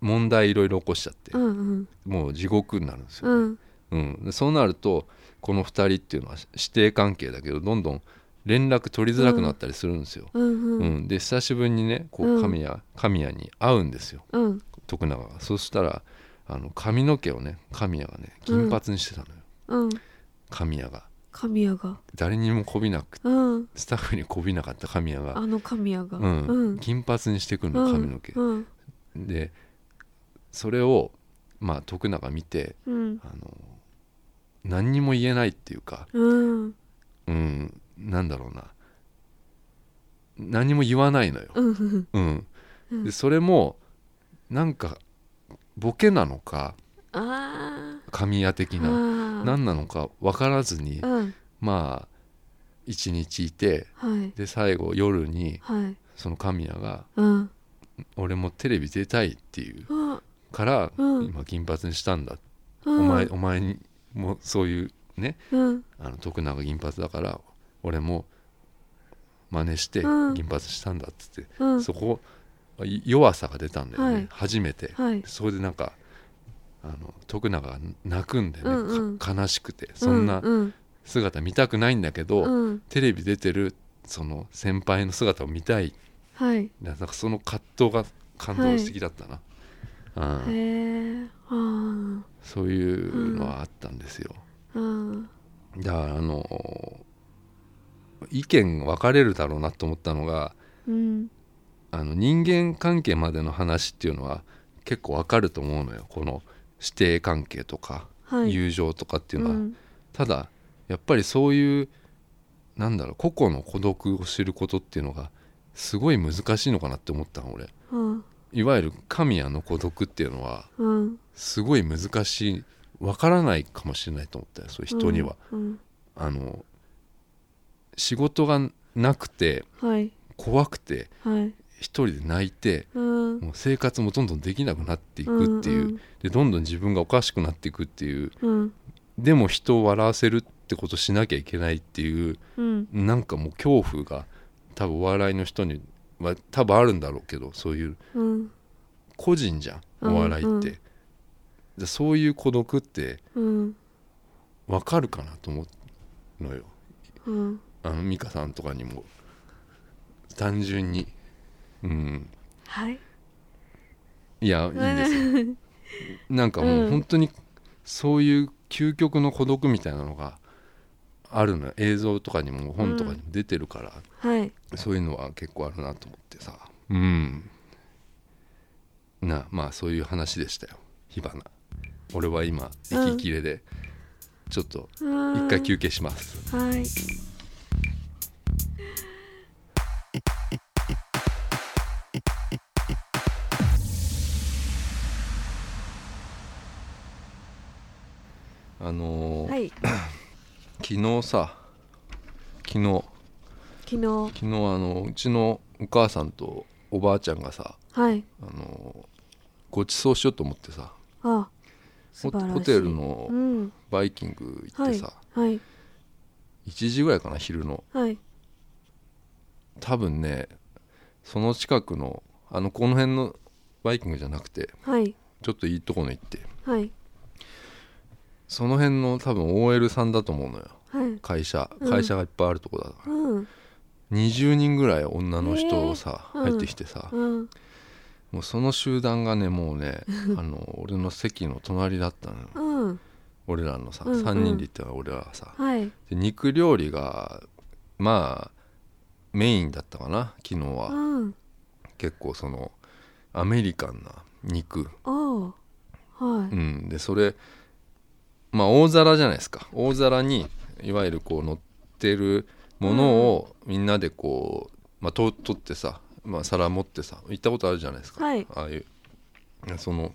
Speaker 1: 問題いろいろ起こしちゃって
Speaker 2: うんうん
Speaker 1: もう地獄になるんですよ、
Speaker 2: うん
Speaker 1: うんでそうなるとこの2人っていうのは師弟関係だけどどんどん連絡取りづらくなったりするんですよ、
Speaker 2: うん
Speaker 1: う
Speaker 2: うん
Speaker 1: んで久しぶりにねこ
Speaker 2: うん
Speaker 1: う神谷,、神谷に会うんですよ
Speaker 2: うん
Speaker 1: 徳永がそしたらあの髪の毛をね神谷がね
Speaker 2: うん
Speaker 1: 金髪にしてたのよ、
Speaker 2: うん
Speaker 1: 神谷が
Speaker 2: 神谷が
Speaker 1: 誰にもこびなく
Speaker 2: うん
Speaker 1: スタッフにこびなかった神谷が、
Speaker 2: あの神谷が
Speaker 1: うん
Speaker 2: うん
Speaker 1: 金髪にしてくる
Speaker 2: う
Speaker 1: の
Speaker 2: ん
Speaker 1: 髪の毛、
Speaker 2: うん
Speaker 1: でそれをまあ徳永見て
Speaker 2: うん
Speaker 1: あの何にも言えないっていうか
Speaker 2: うん
Speaker 1: うんなんだろうな何も言わないのよ、
Speaker 2: うん
Speaker 1: うん
Speaker 2: うん
Speaker 1: でそれもなんかボケなのか
Speaker 2: あ
Speaker 1: 神谷的
Speaker 2: ー
Speaker 1: な
Speaker 2: あん
Speaker 1: 何なのか分からずに、
Speaker 2: うん
Speaker 1: まあ一日いて
Speaker 2: はい
Speaker 1: で最後夜に
Speaker 2: はい
Speaker 1: その神谷が
Speaker 2: うん
Speaker 1: 「俺もテレビ出たい」っていう
Speaker 2: あ
Speaker 1: から、
Speaker 2: うん
Speaker 1: 今金髪にしたんだ、
Speaker 2: うん
Speaker 1: お前お前にもそういうね
Speaker 2: うん
Speaker 1: あの徳永銀髪だから俺も真似して
Speaker 2: うん
Speaker 1: 銀髪したんだっつって、
Speaker 2: うん
Speaker 1: そこい弱さが出たんだよね、
Speaker 2: はい
Speaker 1: 初めて、
Speaker 2: はい
Speaker 1: そこでなんかあの徳永が泣くんでね、
Speaker 2: うんうん
Speaker 1: か悲しくてそんな
Speaker 2: うん
Speaker 1: 姿見たくないんだけど、
Speaker 2: うんうん
Speaker 1: テレビ出てるその先輩の姿を見たい
Speaker 2: はい
Speaker 1: ななんかその葛藤が感動的だったな、う
Speaker 2: へ
Speaker 1: ん、
Speaker 2: えあー
Speaker 1: そういうのはあったんですよ、
Speaker 2: あー
Speaker 1: だからあの意見分かれるだろうなと思ったのが
Speaker 2: うん
Speaker 1: あの人間関係までの話っていうのは結構分かると思うのよこの師弟関係とか
Speaker 2: はい
Speaker 1: 友情とかっていうの
Speaker 2: う
Speaker 1: は、
Speaker 2: ん
Speaker 1: ただやっぱりそういうなんだろう個々の孤独を知ることっていうのがすごい難しいのかなって思ったの俺
Speaker 2: うん
Speaker 1: いわゆる神谷の孤独っていうのは
Speaker 2: うん
Speaker 1: すごい難しいわからないかもしれないと思ったよそういう人には、
Speaker 2: うん
Speaker 1: あの仕事がなくて
Speaker 2: はい
Speaker 1: 怖くて
Speaker 2: はい
Speaker 1: 一人で泣いて
Speaker 2: うん
Speaker 1: もう生活もどんどんできなくなっていくっていう、
Speaker 2: うんうん
Speaker 1: でどんどん自分がおかしくなっていくっていう
Speaker 2: うん
Speaker 1: でも人を笑わせるってことしなきゃいけないっていう
Speaker 2: うん
Speaker 1: なんかもう恐怖が多分お笑いの人には多分あるんだろうけどそういう
Speaker 2: うん
Speaker 1: 個人じゃんお笑いって、
Speaker 2: うんうん
Speaker 1: じゃあそういう孤独って
Speaker 2: うん
Speaker 1: わかるかなと思うのよ
Speaker 2: うん
Speaker 1: あの美香さんとかにも単純にうん
Speaker 2: はい
Speaker 1: い やいいんですよなんかもう本当にそういう究極の孤独みたいなのがあるのよ映像とかにも本とかにも出てるから、
Speaker 2: はい
Speaker 1: そういうのは結構あるなと思ってさうんなまあそういう話でしたよ火花俺は今息切れで、ちょっと一
Speaker 2: 一
Speaker 1: 回休憩します
Speaker 2: はい
Speaker 1: あのー
Speaker 2: はい
Speaker 1: 昨日さ昨日
Speaker 2: 昨日
Speaker 1: 昨日あのうちのお母さんとおばあちゃんがさ
Speaker 2: はい
Speaker 1: あのご馳走しようと思ってさ
Speaker 2: あ
Speaker 1: ホ
Speaker 2: 素晴らしい
Speaker 1: ホテルの
Speaker 2: うん
Speaker 1: バイキング行っ
Speaker 2: は
Speaker 1: て
Speaker 2: い
Speaker 1: さ、
Speaker 2: はい
Speaker 1: 1時ぐらいかな昼の
Speaker 2: はい
Speaker 1: 多分ねその近くのあのこの辺のバイキングじゃなくて
Speaker 2: はい
Speaker 1: ちょっといいとこの行って
Speaker 2: はい
Speaker 1: その辺の多分 OL さんだと思うのよ
Speaker 2: はい
Speaker 1: 会社
Speaker 2: うん
Speaker 1: 会社がいっぱいあるとこだから、
Speaker 2: うん
Speaker 1: 20人ぐらい女の人をさ、
Speaker 2: えーうん
Speaker 1: 入ってきてさ、
Speaker 2: うん
Speaker 1: もうその集団がねもう ねあの俺の席の隣だったのよ
Speaker 2: うん
Speaker 1: 俺らのさ、
Speaker 2: うんうん
Speaker 1: 3人で行ったから俺らはさ
Speaker 2: はい
Speaker 1: で肉料理がまあメインだったかな昨日
Speaker 2: う
Speaker 1: は
Speaker 2: ん
Speaker 1: 結構そのアメリカンな肉
Speaker 2: おうは
Speaker 1: う
Speaker 2: い
Speaker 1: んでそれまあ大皿じゃないですか大皿にいわゆるこう乗ってるものをみんなでこう、まあ、と取ってさ、まあ、皿持ってさ行ったことあるじゃないですか、
Speaker 2: はい
Speaker 1: ああいうその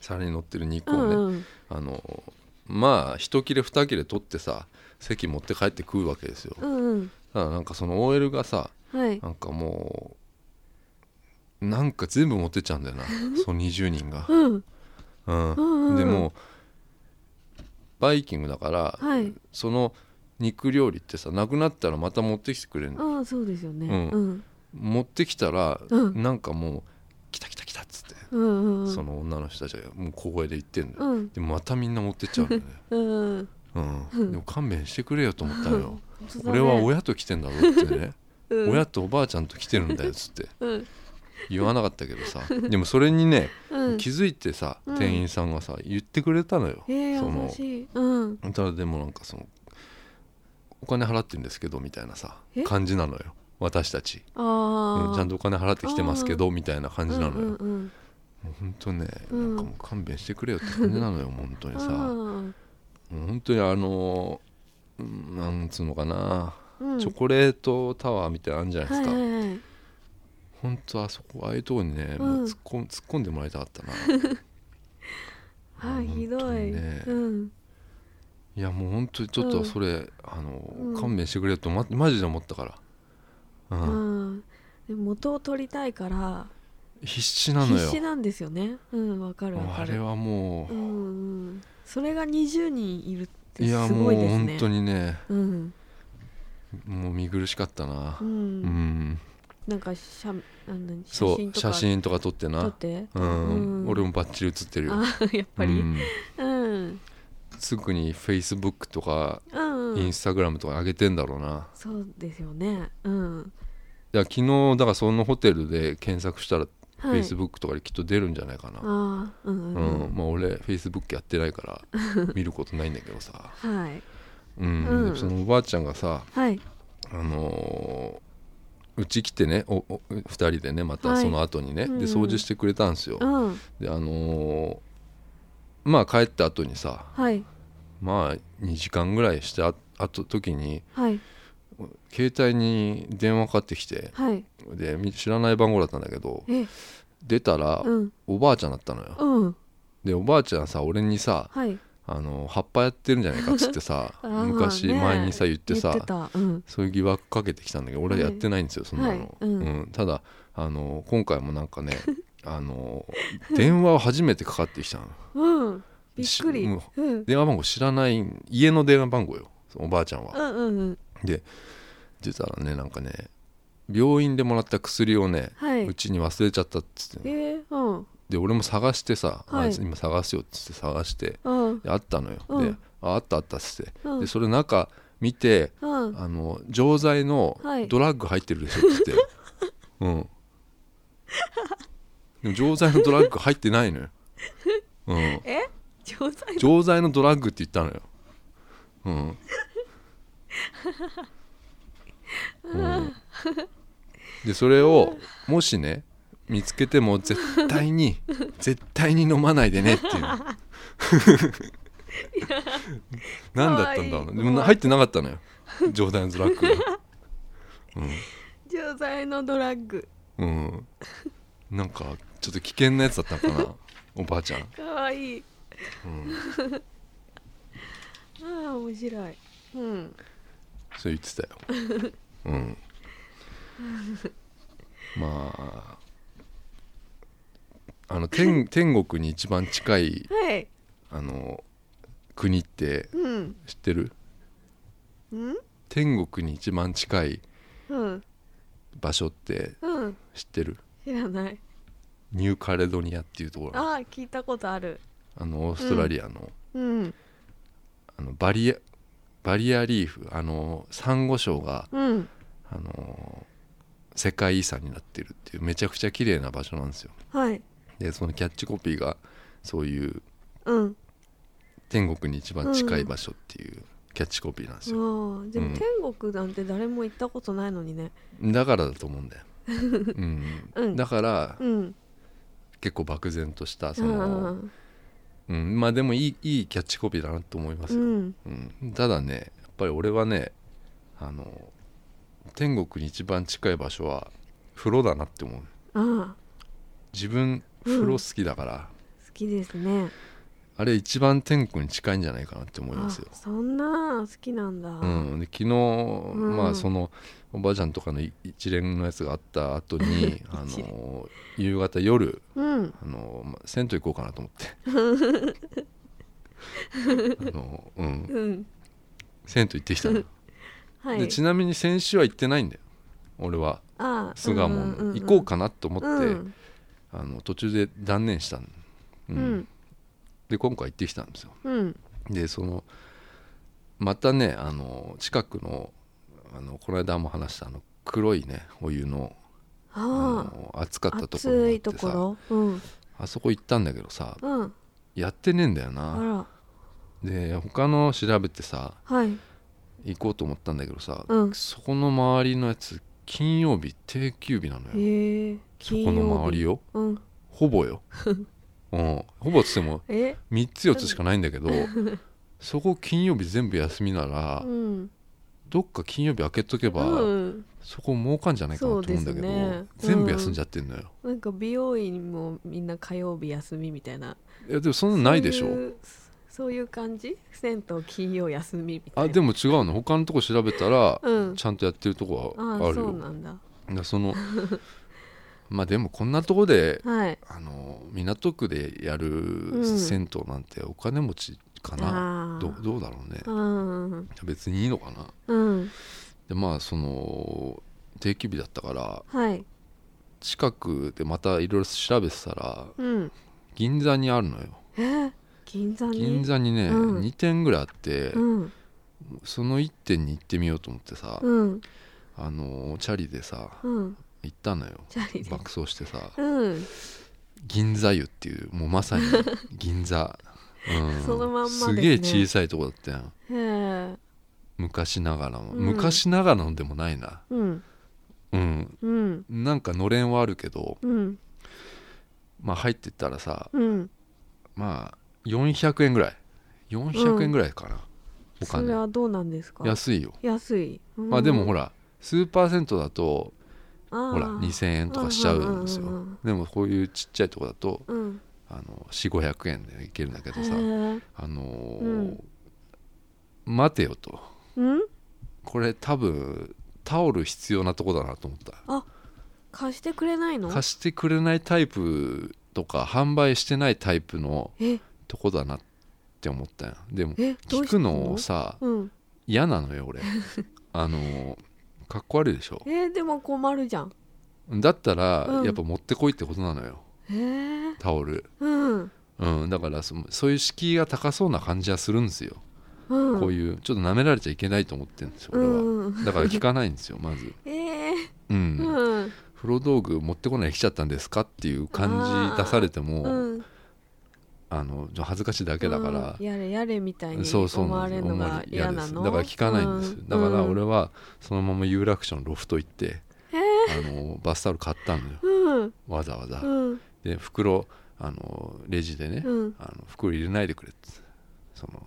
Speaker 1: 皿に乗ってる肉
Speaker 2: う
Speaker 1: をね、
Speaker 2: んうん
Speaker 1: あのまあ一切れ二切れ取ってさ席持って帰って食うわけですよ、
Speaker 2: うんうん
Speaker 1: ただなんかその OL がさ
Speaker 2: はい
Speaker 1: なんかもうなんか全部持ってっちゃうんだ よなその20人が。
Speaker 2: うん
Speaker 1: うん
Speaker 2: うんうん
Speaker 1: でもバイキングだから、
Speaker 2: はい
Speaker 1: その肉料理ってさなくなったらまた持ってきてくれるの
Speaker 2: ああそうですよね
Speaker 1: うん
Speaker 2: うん
Speaker 1: 持ってきたら、
Speaker 2: うん
Speaker 1: なんかもう「来た来た来た」っつって、
Speaker 2: うんうんうん
Speaker 1: その女の人たちがもう小声で言ってんだよ、
Speaker 2: うん
Speaker 1: でまたみんな持ってっちゃうんだよね、
Speaker 2: うん
Speaker 1: う
Speaker 2: うん
Speaker 1: ん、でも勘弁してくれよと思ったのよ
Speaker 2: 本当だ ね
Speaker 1: 俺は親と来てんだろってね、
Speaker 2: うん
Speaker 1: 親とおばあちゃんと来てるんだよっつって
Speaker 2: うん
Speaker 1: 言わなかったけどさでもそれにね、
Speaker 2: うん
Speaker 1: 気づいてさ
Speaker 2: うん
Speaker 1: 店員さんがさ言ってくれたのよ、
Speaker 2: ええ
Speaker 1: そ
Speaker 2: 優
Speaker 1: の
Speaker 2: しいうん
Speaker 1: ただでもなんかそのお金払ってるんですけどみたいなさ
Speaker 2: え
Speaker 1: 感じなのよ私たち、
Speaker 2: あ
Speaker 1: う
Speaker 2: あ
Speaker 1: んちゃんとお金払ってきてますけどみたいな感じなのよ、
Speaker 2: うんうん
Speaker 1: もう本当ね、
Speaker 2: うん
Speaker 1: なんかもう勘弁してくれよって感じなのよ本当
Speaker 2: う
Speaker 1: に
Speaker 2: ん
Speaker 1: さ、もう本当にあのうんなんつうのかな、
Speaker 2: うん
Speaker 1: チョコレートタワーみたいなのあるんじゃないです
Speaker 2: はい
Speaker 1: か、
Speaker 2: はいはい
Speaker 1: 本当あそこああいうとこにね、もう突っ込ん突っ込んでもらいたかったな
Speaker 2: はいひど
Speaker 1: 本当
Speaker 2: い
Speaker 1: にね
Speaker 2: うん
Speaker 1: いやもう本当にちょっとそれ、あ
Speaker 2: う
Speaker 1: の
Speaker 2: ん
Speaker 1: 勘弁してくれよとまマジで思ったから、うん
Speaker 2: うんでも元を取りたいから
Speaker 1: 必死なの
Speaker 2: 必
Speaker 1: よ
Speaker 2: 死なんですよねうんわかるわ
Speaker 1: もう
Speaker 2: か
Speaker 1: あ
Speaker 2: る
Speaker 1: れはも
Speaker 2: うんうんそれが20人いるっ
Speaker 1: う
Speaker 2: て
Speaker 1: いや
Speaker 2: す
Speaker 1: も
Speaker 2: ご
Speaker 1: う
Speaker 2: いですね
Speaker 1: 本当にね
Speaker 2: うん
Speaker 1: もう見苦しかったな
Speaker 2: う
Speaker 1: うん、
Speaker 2: んなんか写あの写
Speaker 1: そう
Speaker 2: 真と
Speaker 1: 写
Speaker 2: か
Speaker 1: 真とか撮って
Speaker 2: 撮
Speaker 1: な
Speaker 2: って
Speaker 1: うん、俺
Speaker 2: も
Speaker 1: もバッチリ写ってるよ
Speaker 2: あ やっぱ
Speaker 1: う
Speaker 2: り
Speaker 1: ん
Speaker 2: うん
Speaker 1: すぐに Facebook とか
Speaker 2: うん
Speaker 1: インスタグラムとか上げてんだろうな、
Speaker 2: そうですよねうん
Speaker 1: いや昨日だからそのホテルで検索したら
Speaker 2: はい
Speaker 1: Facebook とかできっと出るんじゃないかな、
Speaker 2: ああうんうん
Speaker 1: うん
Speaker 2: うん
Speaker 1: まあ俺 Facebook やってないから 見ることないんだけどさ、
Speaker 2: はい
Speaker 1: うん
Speaker 2: うん
Speaker 1: そのおばあちゃんがさ、
Speaker 2: はい
Speaker 1: あのーうち来てねおお2人でねまた
Speaker 2: はい
Speaker 1: その後にね、
Speaker 2: うんうん
Speaker 1: で掃除してくれたんですよ、
Speaker 2: うん
Speaker 1: であのーまあ帰った後にさ
Speaker 2: はい
Speaker 1: まあ2時間ぐらいしたああと時に
Speaker 2: はい
Speaker 1: 携帯に電話かかってきて
Speaker 2: はい
Speaker 1: でみ知らない番号だったんだけど
Speaker 2: え
Speaker 1: 出たら、
Speaker 2: うん
Speaker 1: おばあちゃんだったのよ
Speaker 2: うん
Speaker 1: でおばあちゃんさ俺にさ
Speaker 2: はい
Speaker 1: あの葉っぱやってるんじゃないかっつってさ
Speaker 2: あー
Speaker 1: 昔
Speaker 2: ね
Speaker 1: 前にさ言ってさ
Speaker 2: 言ってたうん
Speaker 1: そういう疑惑かけてきたんだけど俺はやってないんですよ、そんなの、
Speaker 2: はいうん
Speaker 1: ただあの 今回もなんかねあの電話を初めてかかってきたの
Speaker 2: うんびっくり
Speaker 1: し
Speaker 2: う
Speaker 1: も
Speaker 2: ん
Speaker 1: う
Speaker 2: うん
Speaker 1: 電話番号知らない家の電話番号よそのおばあちゃんは
Speaker 2: うんうん
Speaker 1: 実はねなんかね病院でもらった薬をね
Speaker 2: は
Speaker 1: う
Speaker 2: い
Speaker 1: ちに忘れちゃったっつって
Speaker 2: えー、うん
Speaker 1: で俺も探してさ、
Speaker 2: はい
Speaker 1: あ今探すよっつって探して
Speaker 2: うん
Speaker 1: であったのよ、
Speaker 2: うん
Speaker 1: でああったあったっつって、
Speaker 2: うん
Speaker 1: でそれ中見て
Speaker 2: うん
Speaker 1: あの錠剤の
Speaker 2: はい
Speaker 1: ドラッグ入ってるでしょっ つって、うんでも錠剤のドラッグ入ってないのよ、うん、
Speaker 2: え錠 剤
Speaker 1: 錠剤のドラッグって言ったのようん、うん、でそれをもしね見つけても絶対に絶対に飲まないでねっていう何だったんだろう
Speaker 2: かわいい
Speaker 1: なでも入ってなかったのよ錠剤のドラッグが
Speaker 2: 錠剤のドラッグ
Speaker 1: うん、うん、なんかちょっと危険なやつだったのかなおばあちゃん、
Speaker 2: かわいい
Speaker 1: うん、
Speaker 2: ああ面白いうん
Speaker 1: そう言ってたよ うんまああの 天天国に一番近い
Speaker 2: はい
Speaker 1: あの国って
Speaker 2: うん
Speaker 1: 知ってる
Speaker 2: うん
Speaker 1: 天国に一番近い
Speaker 2: うん
Speaker 1: 場所って
Speaker 2: うん
Speaker 1: 知ってる
Speaker 2: 知らない
Speaker 1: ニューカレドニアっていうところあ
Speaker 2: ああ聞いたことある
Speaker 1: のオーストラリアの,、
Speaker 2: うん
Speaker 1: あのバリアバリアリーフあのサンゴ礁が
Speaker 2: うん
Speaker 1: あの世界遺産になってるっていうめちゃくちゃ綺麗な場所なんですよ
Speaker 2: はい
Speaker 1: でそのキャッチコピーがそういう
Speaker 2: うん
Speaker 1: 天国に一番近い場所っていうキャッチコピーなんですよ、
Speaker 2: ああで
Speaker 1: うん
Speaker 2: も天国なんて誰も行ったことないのにね
Speaker 1: だからだと思うんだよ、うん
Speaker 2: うん
Speaker 1: だから
Speaker 2: うん
Speaker 1: 結構漠然としたその、
Speaker 2: あ
Speaker 1: うん、まあでもいいいいキャッチコピーだなと思いま
Speaker 2: あ
Speaker 1: す
Speaker 2: う
Speaker 1: よ、
Speaker 2: ん
Speaker 1: うんただねやっぱり俺はねあの天国に一番近い場所は風呂だなって思う
Speaker 2: ああ
Speaker 1: 自分風呂好きだから、
Speaker 2: 好きですね
Speaker 1: あれ一番天国に近いんじゃないかなって思い
Speaker 2: あ
Speaker 1: ますよ
Speaker 2: そんな好きなんだ
Speaker 1: うん、で昨日、
Speaker 2: ん
Speaker 1: まあそのおばあちゃんとかのい一連のやつがあった後 にあの夕方夜
Speaker 2: うん
Speaker 1: あのま銭湯行こうかなと思 ってあの、うん、
Speaker 2: うん
Speaker 1: 銭湯行ってきたの、
Speaker 2: は
Speaker 1: で
Speaker 2: い
Speaker 1: ちなみに先週は行ってないんだよ俺は
Speaker 2: ああ
Speaker 1: 巣鴨
Speaker 2: んんんん
Speaker 1: の行こうかなと思って、
Speaker 2: うん
Speaker 1: あの途中で断念したの、う
Speaker 2: うんん
Speaker 1: で今回行ってきたんですよ
Speaker 2: うん
Speaker 1: でそのまたねあの近くのあのこの間も話したあの黒いねお湯のあ
Speaker 2: あ
Speaker 1: の暑か
Speaker 2: あ
Speaker 1: ったところが
Speaker 2: 暑
Speaker 1: あ
Speaker 2: い
Speaker 1: っ
Speaker 2: と
Speaker 1: て
Speaker 2: こ
Speaker 1: さ
Speaker 2: ろうん
Speaker 1: あそこ行ったんだけどさ
Speaker 2: うん
Speaker 1: やってねえんだよ
Speaker 2: あ
Speaker 1: な
Speaker 2: ら
Speaker 1: で他の調べてさ
Speaker 2: はい
Speaker 1: 行こうと思ったんだけどさ、
Speaker 2: うん
Speaker 1: そこの周りのやつ金曜日定休日なのよ
Speaker 2: へえ
Speaker 1: そこの周りよ
Speaker 2: うん
Speaker 1: ほぼよ、うん、ほぼっつっても
Speaker 2: え
Speaker 1: 3つ4つしかないんだ けどそこ金曜日全部休みなら、
Speaker 2: うん
Speaker 1: どっか金曜日開けとけば、
Speaker 2: うん
Speaker 1: そこ儲かんじゃないかなと思うんだけど、
Speaker 2: そうですね
Speaker 1: 全部休んじゃってんのよ、
Speaker 2: なんか美容院もみんな火曜日休みみたいない
Speaker 1: やでもそんなのないでしょ
Speaker 2: そういうそういう感じ銭湯金曜休みみたいな
Speaker 1: あでも違うの他のとこ調べたら、
Speaker 2: うん
Speaker 1: ちゃんとやってるとこ
Speaker 2: あ
Speaker 1: はある
Speaker 2: そう
Speaker 1: よ
Speaker 2: なんだ
Speaker 1: そそのまあでもこんなとこで
Speaker 2: はい
Speaker 1: あの港区でやる
Speaker 2: ん
Speaker 1: 銭湯なんてお金持ちかな、
Speaker 2: あー
Speaker 1: どどうだろうね
Speaker 2: うん
Speaker 1: 別にいいのかな
Speaker 2: うん
Speaker 1: でまあその定休日だったから
Speaker 2: はい
Speaker 1: 近くでまたいろいろ調べてたら
Speaker 2: うん
Speaker 1: 銀座にあるのよ
Speaker 2: えー銀座に
Speaker 1: 銀座にね、
Speaker 2: うん
Speaker 1: 2店ぐらいあって、
Speaker 2: うん
Speaker 1: その1店に行ってみようと思ってさ、
Speaker 2: うん
Speaker 1: あのーチャリでさ
Speaker 2: うん
Speaker 1: 行ったのよ
Speaker 2: チャリで
Speaker 1: 爆走してさ
Speaker 2: うん
Speaker 1: 銀座湯っていうもうまさ に銀座、うん、
Speaker 2: そのまんますです
Speaker 1: げえ
Speaker 2: ね
Speaker 1: 小さいとこだったやん
Speaker 2: へえ
Speaker 1: 昔ながらの、
Speaker 2: うん
Speaker 1: 昔ながらのでもないな
Speaker 2: うん
Speaker 1: うん
Speaker 2: うん
Speaker 1: なんかのれんはあるけど
Speaker 2: うん
Speaker 1: まあ入ってったらさ
Speaker 2: うん
Speaker 1: まあ400円ぐらい400円ぐらいかな、お
Speaker 2: それ
Speaker 1: 金
Speaker 2: はどうなんですか
Speaker 1: 安いよ、
Speaker 2: 安い
Speaker 1: まあでもほ
Speaker 2: ら
Speaker 1: らスーパー銭湯だとほ
Speaker 2: ほ
Speaker 1: ら2000円とかしちゃうんですよでもこういうちっちゃいとこだと
Speaker 2: うん
Speaker 1: あの4500円でいけるんだけどさ、
Speaker 2: へえ
Speaker 1: あのー
Speaker 2: うん
Speaker 1: 待てよと
Speaker 2: うん
Speaker 1: これ多分タオル必要なとこだなと思った
Speaker 2: 貸してくれないの
Speaker 1: 貸してくれないタイプとか販売してないタイプの
Speaker 2: え
Speaker 1: とこだなって思ったよでも
Speaker 2: えどう
Speaker 1: 聞
Speaker 2: して
Speaker 1: くのをさ
Speaker 2: うん
Speaker 1: 嫌なのよ 俺あのかっこ悪いでしょ
Speaker 2: えー、でも困るじゃん
Speaker 1: だったら、
Speaker 2: うん
Speaker 1: やっぱ持ってこいってことなのよ
Speaker 2: えー、
Speaker 1: タオル、
Speaker 2: うん
Speaker 1: うん、だからそそういう敷居が高そうな感じはするんですよ、
Speaker 2: うん
Speaker 1: こういうちょっと舐められちゃいけないと思ってるんですよ俺は、
Speaker 2: うん
Speaker 1: だから聞かないんですよまず、
Speaker 2: えー、
Speaker 1: うん
Speaker 2: うん
Speaker 1: 風呂道具持ってこないで来ちゃったんですかっていう感じ出されてもあ、
Speaker 2: うん
Speaker 1: のちょ恥ずかしいだけだから
Speaker 2: うん、やれやれみたいに
Speaker 1: そうそう
Speaker 2: 思
Speaker 1: な
Speaker 2: わ
Speaker 1: ん
Speaker 2: れ
Speaker 1: です
Speaker 2: る
Speaker 1: よ
Speaker 2: の
Speaker 1: 思わ
Speaker 2: が
Speaker 1: れ
Speaker 2: 嫌
Speaker 1: 嫌で
Speaker 2: な
Speaker 1: す
Speaker 2: の
Speaker 1: だから聞かないんです、
Speaker 2: うん
Speaker 1: だから
Speaker 2: うん
Speaker 1: 俺はそのまま有楽町のロフト行って、あのバスタオル買ったのよ
Speaker 2: うん
Speaker 1: わざわざ、
Speaker 2: うん
Speaker 1: で袋あのレジでね、
Speaker 2: うん
Speaker 1: あの袋入れないでくれってその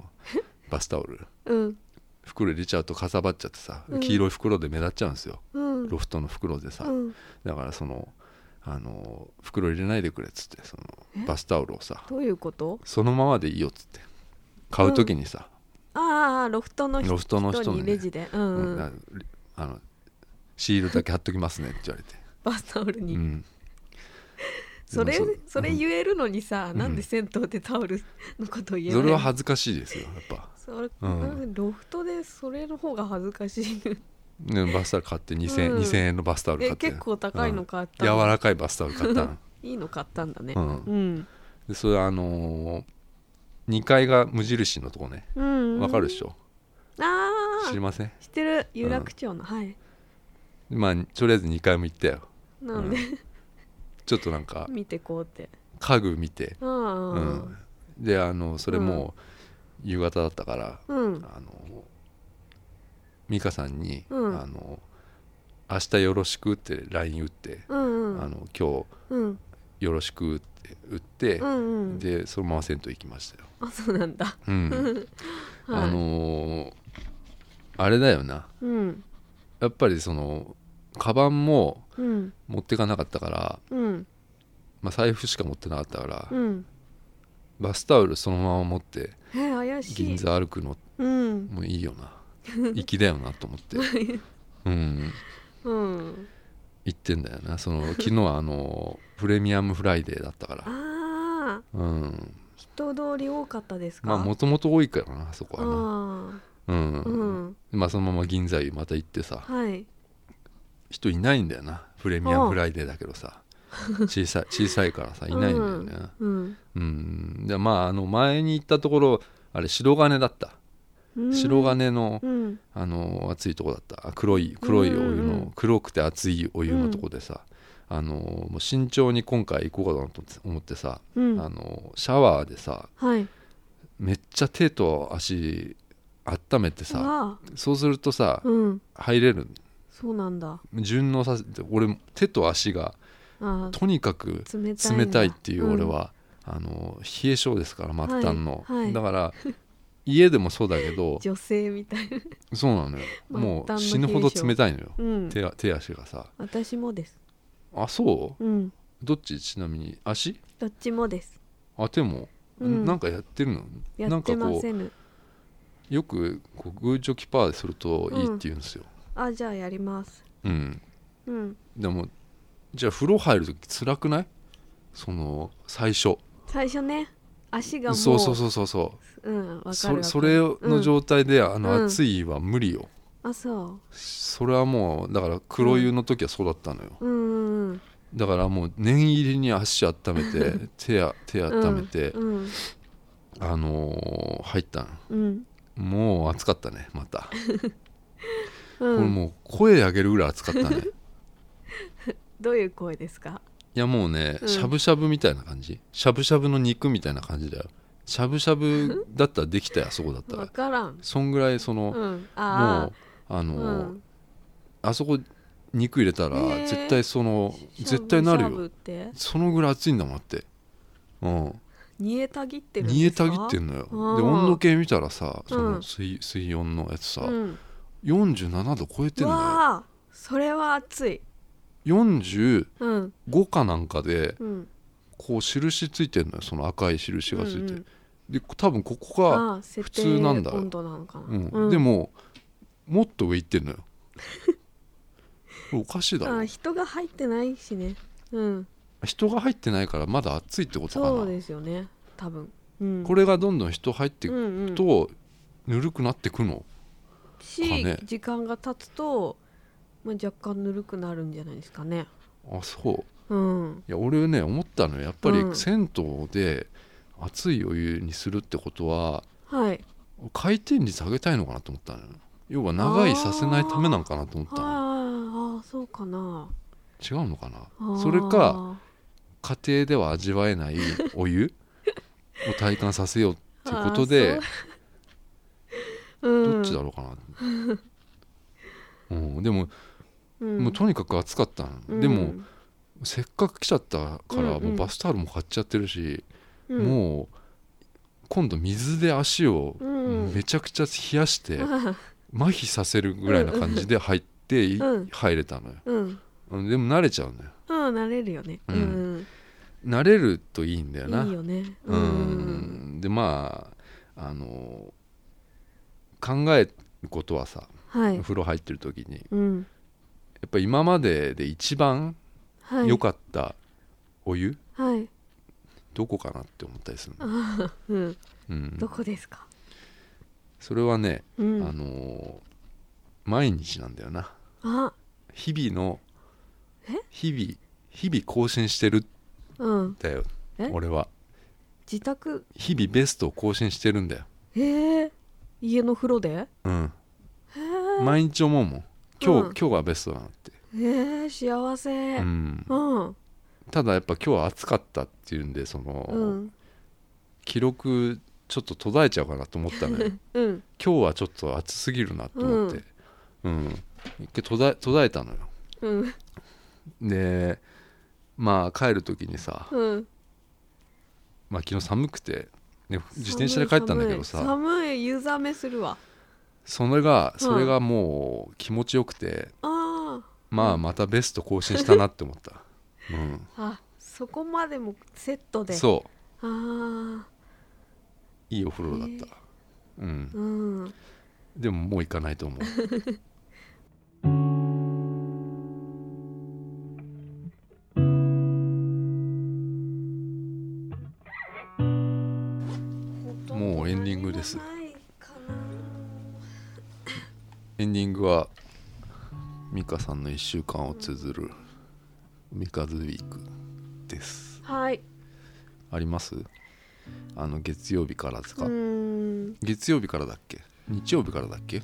Speaker 1: バスタオル
Speaker 2: うん
Speaker 1: 袋入れちゃうとかさばっちゃってさ、
Speaker 2: うん
Speaker 1: 黄色い袋で目立っちゃうんですよ
Speaker 2: うん
Speaker 1: ロフトの袋でさ、
Speaker 2: うん
Speaker 1: だからそのあの袋入れないでくれっつってそのバスタオルをさ
Speaker 2: どういうこと
Speaker 1: そのままでいいよっつって買う時にさ、
Speaker 2: ああロフトの人
Speaker 1: ロフトの人にね
Speaker 2: にレジで、うん
Speaker 1: うんああのシールだけ貼っときますねって言われ て、
Speaker 2: バスタオルに、
Speaker 1: うん、
Speaker 2: それ
Speaker 1: でも
Speaker 2: それ言えるのにさ、
Speaker 1: うん
Speaker 2: なんで銭湯でタオルのことを言えな
Speaker 1: そ
Speaker 2: い
Speaker 1: れは恥ずかしいですよやっぱ
Speaker 2: それ、
Speaker 1: うん
Speaker 2: なんかロフトでそれの方が恥ずかしい
Speaker 1: ねバスタオル買って2000円、
Speaker 2: うん
Speaker 1: 2000円のバスタオル買
Speaker 2: え
Speaker 1: って
Speaker 2: 結構高いの買った
Speaker 1: 柔
Speaker 2: の、
Speaker 1: らかいバスタオル買ったの
Speaker 2: いいの買ったんだね
Speaker 1: う
Speaker 2: うんんうん
Speaker 1: でそれあのー、2階が無印のとこね
Speaker 2: うん
Speaker 1: わかるでしょ、
Speaker 2: あ
Speaker 1: 知り
Speaker 2: あ
Speaker 1: ません
Speaker 2: 知ってる有楽町の、はい
Speaker 1: まあとりあえず2階も行ったよ
Speaker 2: なんで、
Speaker 1: ちょっとなんか
Speaker 2: 見てこうって
Speaker 1: 家具見て、
Speaker 2: あ
Speaker 1: う
Speaker 2: あ
Speaker 1: ん、であのそれもう夕方だったから、
Speaker 2: うん
Speaker 1: あの美香さんに、
Speaker 2: うん
Speaker 1: あの「明日よろしく」って LINE 打って、
Speaker 2: うんうん
Speaker 1: あの「今
Speaker 2: うん
Speaker 1: 日よろしく」って打って
Speaker 2: う、んうん
Speaker 1: でそのまま銭湯行きましたよ、
Speaker 2: あそうなんだ
Speaker 1: うん
Speaker 2: はい
Speaker 1: あのーあれだよな
Speaker 2: うん
Speaker 1: やっぱりそのカバンも
Speaker 2: うん
Speaker 1: 持ってかなかったから、
Speaker 2: うん
Speaker 1: まあ、財布しか持ってなかったから、
Speaker 2: うん
Speaker 1: バスタオルそのまま持って
Speaker 2: えー怪しい
Speaker 1: 銀座歩くの
Speaker 2: うん
Speaker 1: もいいよ な粋だよなと思って、うん、
Speaker 2: うん
Speaker 1: 行ってんだよなそ の昨日はあのプレミアムフライデーだったから、
Speaker 2: ああ
Speaker 1: うん、
Speaker 2: 人通り多かったですか
Speaker 1: まあもともと多いからなそこは
Speaker 2: あ
Speaker 1: な、うん
Speaker 2: あうん
Speaker 1: まあそのまま銀座湯また行ってさ
Speaker 2: はい
Speaker 1: 人いないんだよなプレミアムフライデーだけど さ小さい小さいからさいないんだよね、
Speaker 2: うん
Speaker 1: うんでまああの前に行ったところあれ白金だった
Speaker 2: うん
Speaker 1: 白金の、
Speaker 2: うん
Speaker 1: あの熱いとこだったあ黒い黒いお湯の、
Speaker 2: うんうん
Speaker 1: 黒くて熱いお湯のとこでさ、あのもう慎重に今回行こうかなと思ってさ、
Speaker 2: うん
Speaker 1: あのシャワーでさ
Speaker 2: はい
Speaker 1: めっちゃ手と足温めてさ
Speaker 2: あ
Speaker 1: そうするとさ、
Speaker 2: ーうん
Speaker 1: 入れる
Speaker 2: そうなんだ
Speaker 1: 順応させて俺手と足が
Speaker 2: あー
Speaker 1: とにかく
Speaker 2: 冷たいんだ
Speaker 1: 冷たいっていう俺
Speaker 2: ん
Speaker 1: は、あの冷え性ですから末端の、
Speaker 2: はいはい
Speaker 1: だから家でもそうだけ ど
Speaker 2: 女性みたいな
Speaker 1: そうなのよ
Speaker 2: 末端の
Speaker 1: もう死ぬほど冷たいのよ、
Speaker 2: うん
Speaker 1: 手が手足がさ
Speaker 2: 私もです
Speaker 1: あそう
Speaker 2: うん
Speaker 1: どっちちなみに足
Speaker 2: どっちもです
Speaker 1: あ手も、
Speaker 2: うん
Speaker 1: なんかやってるの
Speaker 2: や
Speaker 1: な
Speaker 2: っ
Speaker 1: んか
Speaker 2: てま
Speaker 1: こ
Speaker 2: せぬ
Speaker 1: うよくこうグーチョキパーするといいって言うんですよ、
Speaker 2: あじゃあやります
Speaker 1: うん
Speaker 2: うん
Speaker 1: でもじゃあ風呂入る時辛くないその最初
Speaker 2: 最初ね足がもう
Speaker 1: そうそうそうそうそう
Speaker 2: うんわかるわか
Speaker 1: そ
Speaker 2: る
Speaker 1: それの状態で、あ
Speaker 2: う
Speaker 1: の
Speaker 2: ん
Speaker 1: 暑いは無理よ、
Speaker 2: うん、あそ
Speaker 1: それはもうだから黒湯の時はそうだったのよ、
Speaker 2: ううんうん
Speaker 1: だからもう念入りに足温め て手や手
Speaker 2: うん
Speaker 1: 温めて、
Speaker 2: うん
Speaker 1: あのー入ったの
Speaker 2: うん
Speaker 1: もう暑かったねまた、
Speaker 2: うん
Speaker 1: これもう声上げるぐらい暑かっ たね
Speaker 2: どういう声ですか
Speaker 1: いやもうね
Speaker 2: うん
Speaker 1: しゃぶしゃぶみたいな感じしゃぶしゃぶの肉みたいな感じだよしゃぶしゃぶだったらできたよあそこだった
Speaker 2: わ
Speaker 1: ら
Speaker 2: からん
Speaker 1: そんぐらいその、
Speaker 2: う
Speaker 1: もうんあ
Speaker 2: ああ
Speaker 1: のー、
Speaker 2: うん
Speaker 1: あそこ肉入れたら
Speaker 2: ねえ
Speaker 1: 絶対その、絶対なる
Speaker 2: しゃぶしゃぶ
Speaker 1: よ
Speaker 2: って
Speaker 1: そのぐらい暑いんだもんだってうん
Speaker 2: 煮えたぎってるんですか
Speaker 1: 煮えたぎってんのよで
Speaker 2: うん
Speaker 1: 温度計見たらさそうの
Speaker 2: ん
Speaker 1: 水,、水温のやつさ、
Speaker 2: うん
Speaker 1: 47度超えてん
Speaker 2: う
Speaker 1: のよ
Speaker 2: わあそれは熱い
Speaker 1: 45
Speaker 2: うん
Speaker 1: かなんかで
Speaker 2: うん
Speaker 1: こう印ついてんのよその赤い印がついて、
Speaker 2: うんうん
Speaker 1: で多分ここが、
Speaker 2: あ
Speaker 1: 普通なんだ
Speaker 2: 設定温度なのかな、
Speaker 1: うんでももっと上行ってん のよこれおかしいだ
Speaker 2: あ
Speaker 1: ろ
Speaker 2: 人が入ってないしねうん
Speaker 1: 人が入ってないからまだ暑いってことかな
Speaker 2: そうですよね多分うん、
Speaker 1: こ
Speaker 2: れ
Speaker 1: れがどんどん人入っていく
Speaker 2: うんうん、
Speaker 1: とぬるくなってくの
Speaker 2: し、
Speaker 1: かね
Speaker 2: 時間が経つと、まあ、若干ぬるくなるんじゃないですかね
Speaker 1: あそう
Speaker 2: うん
Speaker 1: いや俺ね思ったのよやっぱり
Speaker 2: うん
Speaker 1: 銭湯で熱いお湯にするってことは
Speaker 2: はい
Speaker 1: 回転率上げたいのかなと思ったのよ要は長いさせないためなんかなと思っ
Speaker 2: は
Speaker 1: たの
Speaker 2: ああそうかな
Speaker 1: 違うのか
Speaker 2: あ
Speaker 1: な
Speaker 2: ー
Speaker 1: それか家庭では味わえ ないお湯を体感させようっていうことで
Speaker 2: あーうん
Speaker 1: どっちだろうかな、うん、でも、
Speaker 2: うん
Speaker 1: もうとにかく暑かったの、
Speaker 2: うん
Speaker 1: でもせっかく来ちゃったから、
Speaker 2: うんうん
Speaker 1: もうバスタオルも買っちゃってるし、
Speaker 2: うん
Speaker 1: もう今度水で足を
Speaker 2: うん
Speaker 1: めちゃくちゃ冷やして、
Speaker 2: あ
Speaker 1: 麻痺させるぐらいな感じで入って、い
Speaker 2: うん
Speaker 1: 入れたのよ
Speaker 2: うん
Speaker 1: うんでも慣れちゃうのよ
Speaker 2: うん慣れるよね
Speaker 1: う
Speaker 2: うんん
Speaker 1: 慣れるといいんだよない
Speaker 2: いよね
Speaker 1: うんでまああの考えることはさ
Speaker 2: はい
Speaker 1: お風呂入ってる時にや
Speaker 2: うん
Speaker 1: っぱ今までで一番
Speaker 2: はい
Speaker 1: 良かったお湯、
Speaker 2: はい
Speaker 1: どこかなって思ったりするの、
Speaker 2: あーうん
Speaker 1: うん
Speaker 2: ど、こですか
Speaker 1: それはね、
Speaker 2: う
Speaker 1: あ
Speaker 2: ん
Speaker 1: の毎日なんだよな
Speaker 2: あ
Speaker 1: 日々の
Speaker 2: え
Speaker 1: 日々日々更新してるん
Speaker 2: うん
Speaker 1: だよ
Speaker 2: え
Speaker 1: 俺は
Speaker 2: 自宅
Speaker 1: 日々ベストを更新してるんだよ、
Speaker 2: ええ家の風呂で
Speaker 1: うん、
Speaker 2: へー
Speaker 1: 毎日思うもん今日、
Speaker 2: うん
Speaker 1: 今日がベストだなって、
Speaker 2: えー、幸せ
Speaker 1: う
Speaker 2: うん、
Speaker 1: ん、
Speaker 2: うん
Speaker 1: ただやっぱ今日は暑かったっていうんでその、
Speaker 2: うん
Speaker 1: 記録ちょっと途絶えちゃうかなと思ったの よ
Speaker 2: うん
Speaker 1: 今日はちょっと暑すぎるなと思って、うん一回途絶え途絶えたのよ
Speaker 2: うん
Speaker 1: でまあ帰る時にさ、
Speaker 2: うん
Speaker 1: まあ、昨日寒くて、ね、自転車で帰ったんだけどさ
Speaker 2: 寒い寒い湯冷めするわ
Speaker 1: それが
Speaker 2: ん
Speaker 1: それがもう気持ちよくて、
Speaker 2: あ
Speaker 1: まあまたベスト更新したなって思った、うん、
Speaker 2: ーあそこまでもセッ トでう
Speaker 1: そう
Speaker 2: あ
Speaker 1: いいお風呂だった、うん
Speaker 2: ー、うん
Speaker 1: でももう行かないと思うもうエンディングです
Speaker 2: 何もないかな
Speaker 1: エンディングは美香さんの1週間を綴る「三日ズウィーク」です
Speaker 2: はい
Speaker 1: ありますあの月曜日からです
Speaker 2: う
Speaker 1: か、
Speaker 2: ーん
Speaker 1: 月曜日からだっけ日曜日からだっけ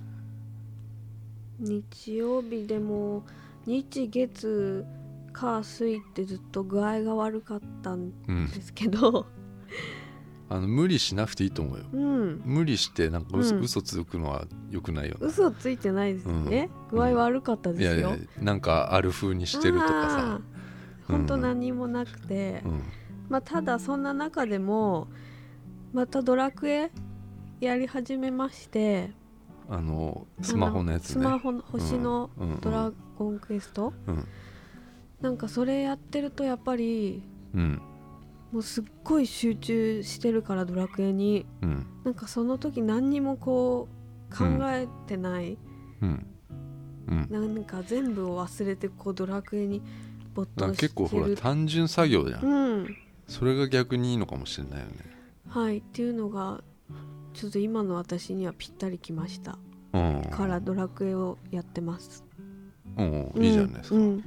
Speaker 2: 日曜日でも日月火水ってずっと具合が悪かったん
Speaker 1: うん
Speaker 2: ですけど
Speaker 1: あの無理しなくていいと思うよ
Speaker 2: うん
Speaker 1: 無理してなんか嘘,、
Speaker 2: うん
Speaker 1: 嘘続くのは良くないよね
Speaker 2: 嘘ついてないですね、
Speaker 1: うん
Speaker 2: 具合悪かったです
Speaker 1: い
Speaker 2: よ、
Speaker 1: やいやなんかある風にしてるとかさ
Speaker 2: 本当何もなくて、
Speaker 1: うん
Speaker 2: まあ、ただそんな中でもまたドラクエやり始めまして
Speaker 1: あのスマホのやつね
Speaker 2: スマホの星の
Speaker 1: うんうんうん
Speaker 2: ドラゴンクエスト、
Speaker 1: うん
Speaker 2: なんかそれやってるとやっぱり
Speaker 1: うん
Speaker 2: もうすっごい集中してるからドラクエに
Speaker 1: うん
Speaker 2: なんかその時何にもこう考えてない、
Speaker 1: うんうん
Speaker 2: なんか全部を忘れてこうドラクエに没
Speaker 1: なん
Speaker 2: 頭
Speaker 1: か
Speaker 2: して
Speaker 1: 結構ほら
Speaker 2: る
Speaker 1: 単純作業じゃん、
Speaker 2: うん
Speaker 1: それが逆にいいのかもしれないよね
Speaker 2: はいっていうのがちょっと今の私にはぴったりきました
Speaker 1: うん
Speaker 2: からドラクエをやってます
Speaker 1: うんうんいいじゃないですか、
Speaker 2: う
Speaker 1: うんん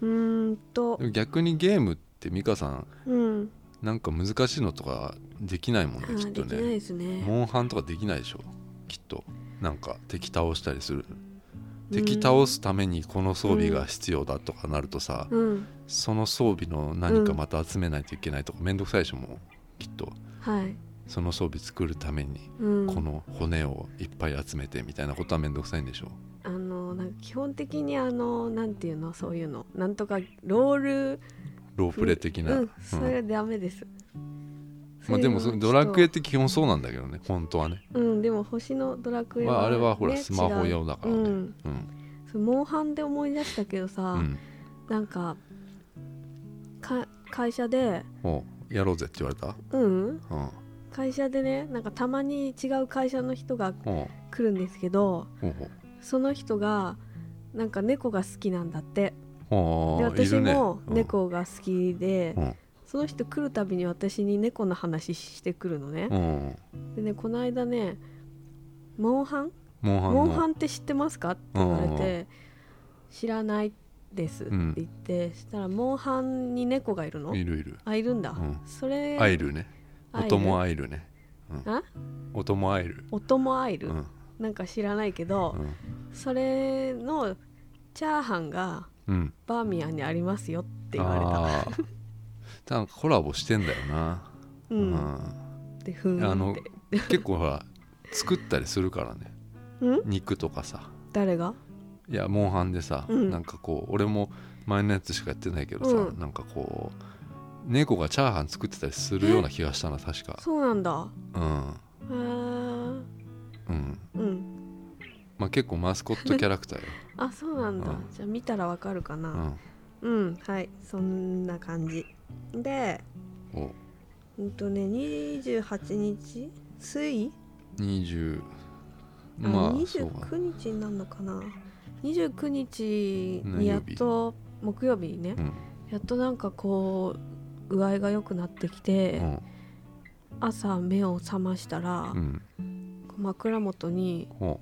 Speaker 2: うーんと
Speaker 1: でも逆にゲームって美香さん
Speaker 2: うん
Speaker 1: なんか難しいのとかできないもんね
Speaker 2: あー
Speaker 1: きっと
Speaker 2: できない
Speaker 1: ね
Speaker 2: ですね
Speaker 1: モンハンとかできないでしょきっとなんか敵倒したりする
Speaker 2: うん
Speaker 1: 敵倒すためにこの装備が必要だとかなるとさ、
Speaker 2: うん
Speaker 1: その装備の何かまた集めないといけないとかめんどくさいでしょもうきっと
Speaker 2: はい
Speaker 1: その装備作るために
Speaker 2: うん
Speaker 1: この骨をいっぱい集めてみたいなことはめんどくさいんでしょ
Speaker 2: あのなんか基本的にあのなんていうのそういうのなんとかロール
Speaker 1: ロープレ的な、
Speaker 2: う
Speaker 1: うん
Speaker 2: ん、それはダメです、
Speaker 1: まあ、でもそ
Speaker 2: そう
Speaker 1: れ
Speaker 2: いう
Speaker 1: ド
Speaker 2: のは
Speaker 1: ラ
Speaker 2: ちょっと
Speaker 1: クエって基本そうなんだけどね本当はね、
Speaker 2: うんでも星のドラクエ
Speaker 1: ま
Speaker 2: は、
Speaker 1: あ、あれはほら
Speaker 2: ね
Speaker 1: スマホ
Speaker 2: 違う
Speaker 1: 用だからね
Speaker 2: う
Speaker 1: うんん、
Speaker 2: そうモンハンで思い出したけどさ、
Speaker 1: うん
Speaker 2: なんかか会社で
Speaker 1: おうやろうぜって言われた
Speaker 2: うん
Speaker 1: うん
Speaker 2: 会社でねなんかたまに違う会社の人が
Speaker 1: おう
Speaker 2: 来るんですけど
Speaker 1: おう
Speaker 2: その人がなんか猫が好きなんだって
Speaker 1: おう
Speaker 2: で
Speaker 1: おうい
Speaker 2: 私
Speaker 1: るね
Speaker 2: も、猫が好きで、
Speaker 1: うん
Speaker 2: その人来るたびに私に猫の話してくるのね
Speaker 1: う、ん
Speaker 2: でねこの間ね「モンハン
Speaker 1: モンハンの
Speaker 2: モンハンって知ってますか?」って言われて「知らないです」って言って、したら「モンハンに猫がいるの
Speaker 1: いるいる
Speaker 2: あいるんだ、
Speaker 1: うん
Speaker 2: それ
Speaker 1: アイルね
Speaker 2: アイル
Speaker 1: 音もアイルね
Speaker 2: あ
Speaker 1: 音もアイル
Speaker 2: 音もアイル、
Speaker 1: うん
Speaker 2: なんか知らないけど、
Speaker 1: うん
Speaker 2: それのチャーハンが
Speaker 1: うん
Speaker 2: バーミヤンにありますよって言われた。
Speaker 1: あー多分コラボしてんだよな
Speaker 2: う、
Speaker 1: うんん
Speaker 2: でふ
Speaker 1: あ
Speaker 2: ーんっ
Speaker 1: の
Speaker 2: て。
Speaker 1: 結構ほら作ったりするからね
Speaker 2: うん
Speaker 1: 肉とかさ
Speaker 2: 誰が
Speaker 1: いやモンハンでさ、
Speaker 2: うん
Speaker 1: なんかこう俺も前のやつしかやってないけどさ、
Speaker 2: うん
Speaker 1: なんかこう猫がチャーハン作ってたりするような気がしたな確か
Speaker 2: そうなんだ。
Speaker 1: うん
Speaker 2: へー
Speaker 1: うん
Speaker 2: うん。
Speaker 1: まあ結構マスコットキャラクターよ、
Speaker 2: あそうなん
Speaker 1: う
Speaker 2: だ。
Speaker 1: ん
Speaker 2: じゃあ見たらわかるか
Speaker 1: う
Speaker 2: な。
Speaker 1: ん
Speaker 2: うん、はいそんな感じ。で、
Speaker 1: お
Speaker 2: うんとね28日水
Speaker 1: 20
Speaker 2: あ、
Speaker 1: まあそうか
Speaker 2: 29日になるのかな。29日にやっと木曜日ね、
Speaker 1: うん
Speaker 2: やっとなんかこう具合が良くなってきて。
Speaker 1: うん
Speaker 2: 朝目を覚ましたら、
Speaker 1: うん
Speaker 2: 枕元に
Speaker 1: お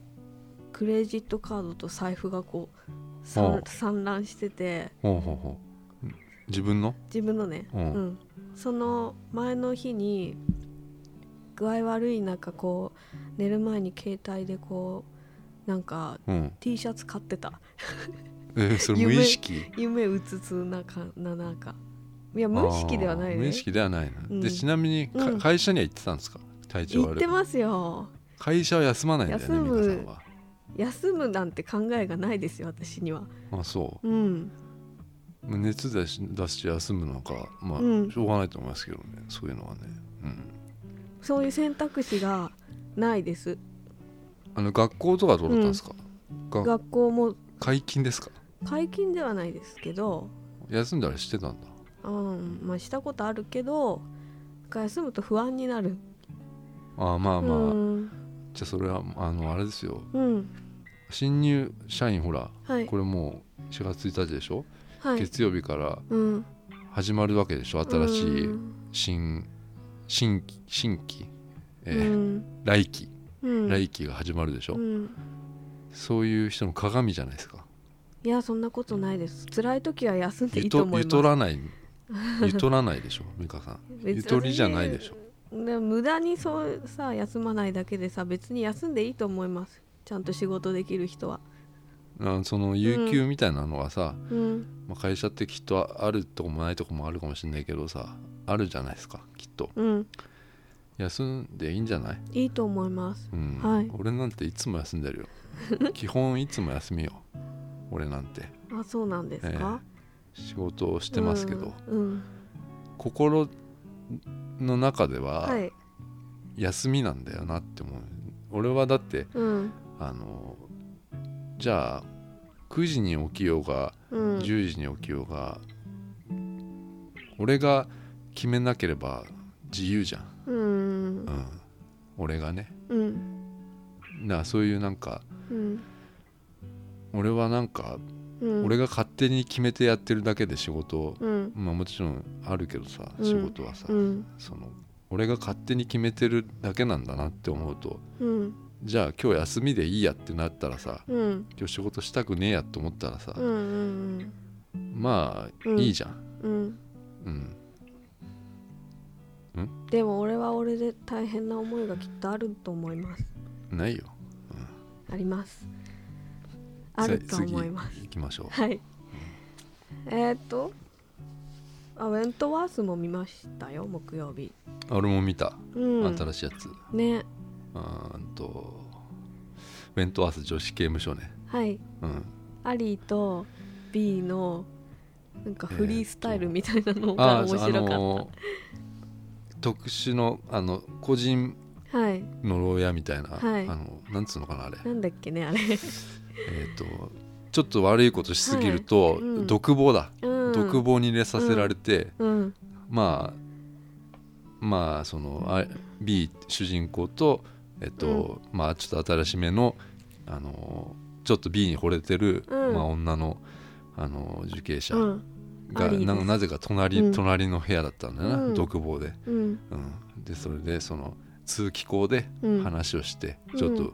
Speaker 2: クレジットカードと財布がこうさ
Speaker 1: おうん
Speaker 2: 散乱してて
Speaker 1: ほうほうほう自分の
Speaker 2: 自分のね、
Speaker 1: う
Speaker 2: うんん、その前の日に具合悪い中こう寝る前に携帯でこうなんか
Speaker 1: うん、
Speaker 2: T シャツ買ってた
Speaker 1: えーそれ無意識
Speaker 2: 夢うつつなかななんかいや無意識ではな
Speaker 1: あ
Speaker 2: い
Speaker 1: ー無
Speaker 2: ね
Speaker 1: 意識ではないな、
Speaker 2: うん
Speaker 1: でちなみにか、
Speaker 2: うん
Speaker 1: 会社には行ってたんですか体調
Speaker 2: 言っ
Speaker 1: 悪い
Speaker 2: てますよ
Speaker 1: 会社は休まないんだよね
Speaker 2: 休む
Speaker 1: 皆さんは
Speaker 2: 休むなんて考えがないですよ私には
Speaker 1: あそ
Speaker 2: うん
Speaker 1: うまあ熱出し出して休むのかまあ、
Speaker 2: うん
Speaker 1: しょうがないと思いますけどねそういうのはね、うん、
Speaker 2: そういう選択肢がないです。
Speaker 1: あの学校とかどうだったんですか、が
Speaker 2: 学校も
Speaker 1: 解禁ですか
Speaker 2: 解禁ではないですけど、
Speaker 1: 休んだりしてたんだ
Speaker 2: うん、まあしたことあるけど、休むと不安になる。
Speaker 1: あーまあまあ、
Speaker 2: うん、
Speaker 1: じゃあそれはあのあれですよ
Speaker 2: うん、
Speaker 1: 新入社員ほら
Speaker 2: はい
Speaker 1: こ、れもう4月1日でしょ、
Speaker 2: はい、
Speaker 1: 月曜日から
Speaker 2: うん、
Speaker 1: 始まるわけでしょ新しい
Speaker 2: うん
Speaker 1: 新新規新規、え
Speaker 2: う
Speaker 1: ー
Speaker 2: ん、
Speaker 1: 来期
Speaker 2: うん、
Speaker 1: 来期が始まるでしょ、
Speaker 2: うん
Speaker 1: そういう人の鏡じゃないですか
Speaker 2: いやそんなことないです。辛い時は休んでい
Speaker 1: ゆ
Speaker 2: いと
Speaker 1: と
Speaker 2: 思い
Speaker 1: ゆ
Speaker 2: ま
Speaker 1: と
Speaker 2: す。
Speaker 1: らないゆとらないでしょ美香さん
Speaker 2: 別に
Speaker 1: ゆとりじゃないでしょ
Speaker 2: でも無駄にそうさ休まないだけでさ別に休んでいいと思います。ちゃんと仕事できる人は。
Speaker 1: あその有給みたいなのはさ、
Speaker 2: うん、
Speaker 1: まあ、会社ってきっとあるとこもないとこもあるかもしれないけどさあるじゃないですかきっと
Speaker 2: うん、
Speaker 1: 休んでいいんじゃない、
Speaker 2: いいと思います。
Speaker 1: うん
Speaker 2: はい
Speaker 1: 俺なんていつも休んでるよ 基本いつも休みよ俺なんて
Speaker 2: あそうなんですか、
Speaker 1: 仕事をしてますけど、
Speaker 2: うん、うん
Speaker 1: 心の中では
Speaker 2: はい
Speaker 1: 休みなんだよなって思う俺はだって
Speaker 2: うん
Speaker 1: あのじゃあ9時に起きようが
Speaker 2: うん
Speaker 1: 10時に起きようが、俺が決めなければ自由じゃん、
Speaker 2: うん
Speaker 1: うん、俺がね
Speaker 2: うん
Speaker 1: なそういうなんか
Speaker 2: うん
Speaker 1: 俺はなんか、
Speaker 2: うん
Speaker 1: 俺が勝手に決めてやってるだけで仕事を、
Speaker 2: うん
Speaker 1: まあ、もちろんあるけどさ
Speaker 2: うん
Speaker 1: 仕事はさ、
Speaker 2: うん
Speaker 1: その俺が勝手に決めてるだけなんだなって思うと
Speaker 2: うん
Speaker 1: じゃあ今日休みでいいやってなったらさ
Speaker 2: うん
Speaker 1: 今日仕事したくねえやって思ったらさ、
Speaker 2: うんうん
Speaker 1: まあ
Speaker 2: うん
Speaker 1: いいじゃん、
Speaker 2: うん
Speaker 1: うん、
Speaker 2: でも俺は俺で大変な思いがきっとあると思います
Speaker 1: ないよ
Speaker 2: ありますあると
Speaker 1: さ
Speaker 2: 思います
Speaker 1: 次行きましょ
Speaker 2: はいえー、っとあウェントワースも見ましたよ木曜日
Speaker 1: う俺も見た、
Speaker 2: うん
Speaker 1: 新しいやつ
Speaker 2: ね
Speaker 1: うーんとウェントワース女子刑務所ね
Speaker 2: はい
Speaker 1: うん
Speaker 2: アリーと B のなんかフリースタイルみたいなのが
Speaker 1: あ
Speaker 2: 面白かった、
Speaker 1: あのー特殊のあの個人
Speaker 2: はい
Speaker 1: の牢屋みたいな、
Speaker 2: はい
Speaker 1: あのなんつうのかなあれ
Speaker 2: なんだっけねあれ、
Speaker 1: えっ、とちょっと悪いことしすぎると、
Speaker 2: はいうん
Speaker 1: 独房だ、
Speaker 2: うん、
Speaker 1: 独房に入れさせられて、
Speaker 2: うん
Speaker 1: まあまあそのあ B 主人公とえっと、まあちょっと新しめのあのちょっと B に惚れてる、
Speaker 2: うん
Speaker 1: まあ女のあの受刑者
Speaker 2: うん
Speaker 1: が
Speaker 2: ありです
Speaker 1: なんかなぜか隣,、
Speaker 2: うん
Speaker 1: 隣の部屋だったんだよな、
Speaker 2: うん
Speaker 1: 独房で、
Speaker 2: うん
Speaker 1: うん、でそれでその通気口で
Speaker 2: うん
Speaker 1: 話をして、
Speaker 2: うん
Speaker 1: ちょっと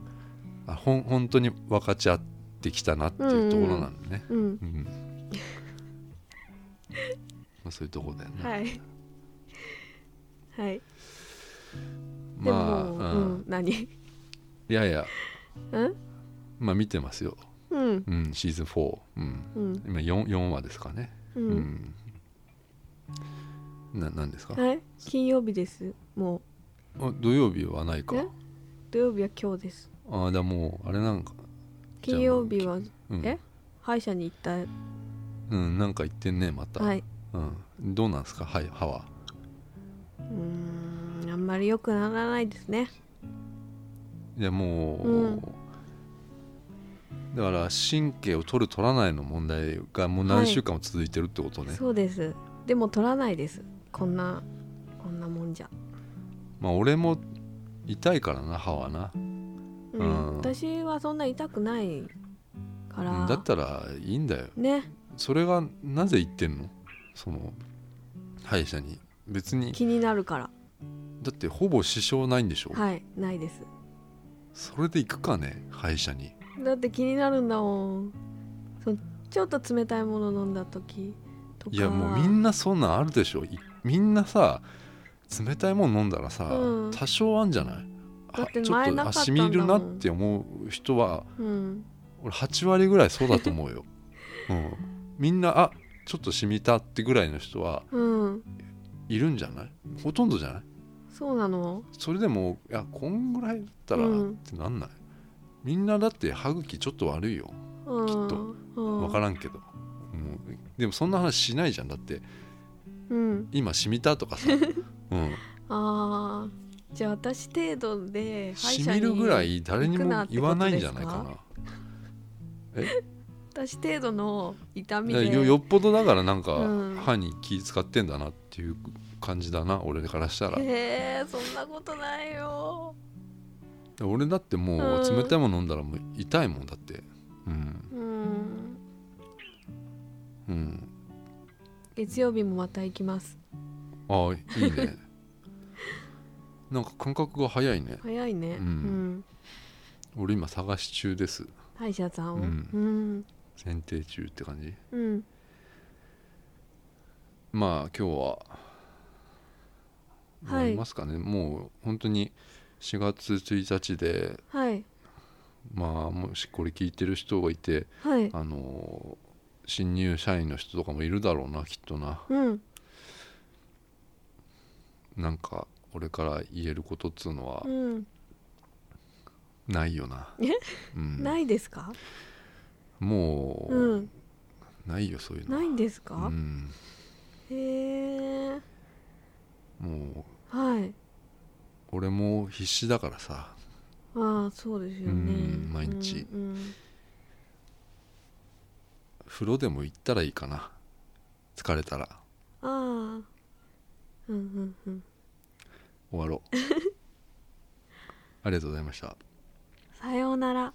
Speaker 1: あほん本当に分かち合ってきたなっていうところなんだね、
Speaker 2: うん
Speaker 1: うん まあそういうとこだよね、
Speaker 2: はいはいでも
Speaker 1: まあ、
Speaker 2: も
Speaker 1: う
Speaker 2: ううんん何
Speaker 1: いやいや
Speaker 2: うん
Speaker 1: まあ見てますよ、
Speaker 2: うん
Speaker 1: うん、シーズン4、うん、
Speaker 2: うん
Speaker 1: 今 4, 4話ですかね
Speaker 2: う
Speaker 1: うんん、ななんですか、
Speaker 2: はい金曜日ですもう
Speaker 1: あ土曜日はないか
Speaker 2: え土曜日は今日です
Speaker 1: ああだもうあれなんか、じゃあ
Speaker 2: 金曜日は
Speaker 1: うん、
Speaker 2: え歯医者に行っ
Speaker 1: うんなんか言ってんねま
Speaker 2: た
Speaker 1: た、
Speaker 2: はい
Speaker 1: うん、どうなんですかはい歯は
Speaker 2: うーんあんまり良くならないですね
Speaker 1: いやもう、
Speaker 2: うん
Speaker 1: だから神経を取る取らないの問題がもう何週間も続いてるってことね、
Speaker 2: そうですでも取らないですこんなこんなもんじゃ、
Speaker 1: まあ俺も痛いからな歯はな、
Speaker 2: うん
Speaker 1: うん
Speaker 2: 私はそんな痛くないから、
Speaker 1: うんだったらいいんだよ
Speaker 2: ね
Speaker 1: それがなぜ言ってんのその歯医者に別に
Speaker 2: 気になるから
Speaker 1: だってほぼ支障ないんでしょ、
Speaker 2: はいないです
Speaker 1: それで行くかね歯医者に
Speaker 2: だって気になるんだもんそのちょっと冷たいもの飲んだ時とか
Speaker 1: いやもうみんなそんなんあるでしょいみんなさ冷たいもん飲んだらさ、
Speaker 2: うん
Speaker 1: 多少あんじゃない
Speaker 2: だって
Speaker 1: あ
Speaker 2: 前
Speaker 1: ちょ
Speaker 2: な
Speaker 1: っとあ
Speaker 2: かったん
Speaker 1: し
Speaker 2: だ
Speaker 1: み
Speaker 2: もん
Speaker 1: るなって思う人は
Speaker 2: うん
Speaker 1: 俺8割ぐらいそうだと思 うよ、うん、みんなあちょっとしみたってぐらいの人は
Speaker 2: うん
Speaker 1: いるんじゃないほとんどじゃない
Speaker 2: そうなの
Speaker 1: それでもいやこんぐらいだったらっ
Speaker 2: うん
Speaker 1: てなんない、みんなだって歯茎ちょっと悪いよ
Speaker 2: うん
Speaker 1: きっと
Speaker 2: うん
Speaker 1: 分からんけど、うんでもそんな話しないじゃんだって
Speaker 2: うん
Speaker 1: 今しみたとか さ、うん、
Speaker 2: あーじゃあ私程度で歯医
Speaker 1: し
Speaker 2: 者に
Speaker 1: みるぐらい誰にも言わないんじゃないかな
Speaker 2: 行くな私程度の痛み
Speaker 1: だから
Speaker 2: で
Speaker 1: よよっぽどだからなんか
Speaker 2: うん
Speaker 1: 歯に気使ってんだなっていう感じだな俺からしたら
Speaker 2: へえそんなことないよ
Speaker 1: 俺だってもう
Speaker 2: うん
Speaker 1: 冷たいもの飲んだらもう痛いもんだってうんう
Speaker 2: うん
Speaker 1: ん
Speaker 2: 月曜日もまた行きます
Speaker 1: ああいい ねなんか感覚が早いね
Speaker 2: 早いね
Speaker 1: う
Speaker 2: うんん、
Speaker 1: 俺今探し中です
Speaker 2: 歯医者さんを
Speaker 1: う
Speaker 2: うんん
Speaker 1: 選定中って感じ
Speaker 2: うん
Speaker 1: まあ今日は
Speaker 2: はい
Speaker 1: 終わりますかね、もう本当に4月1日で
Speaker 2: はい
Speaker 1: まあもしこれ聞いてる人がいて
Speaker 2: はい
Speaker 1: あのー新入社員の人とかもいるだろうなきっとな
Speaker 2: うん
Speaker 1: なんか俺から言えることっつうのは
Speaker 2: うん
Speaker 1: ないよな、
Speaker 2: え
Speaker 1: うん
Speaker 2: ないですか
Speaker 1: もう、
Speaker 2: うん
Speaker 1: ないよそういうの
Speaker 2: ないんですか、
Speaker 1: うん
Speaker 2: へえ
Speaker 1: もう
Speaker 2: はい
Speaker 1: 俺も必死だからさ
Speaker 2: ああそうですよね
Speaker 1: うん毎日
Speaker 2: うん
Speaker 1: 風呂でも行ったらいいかな疲れたら
Speaker 2: うんああうんうんうん
Speaker 1: 終わろうありがとうございました
Speaker 2: さようなら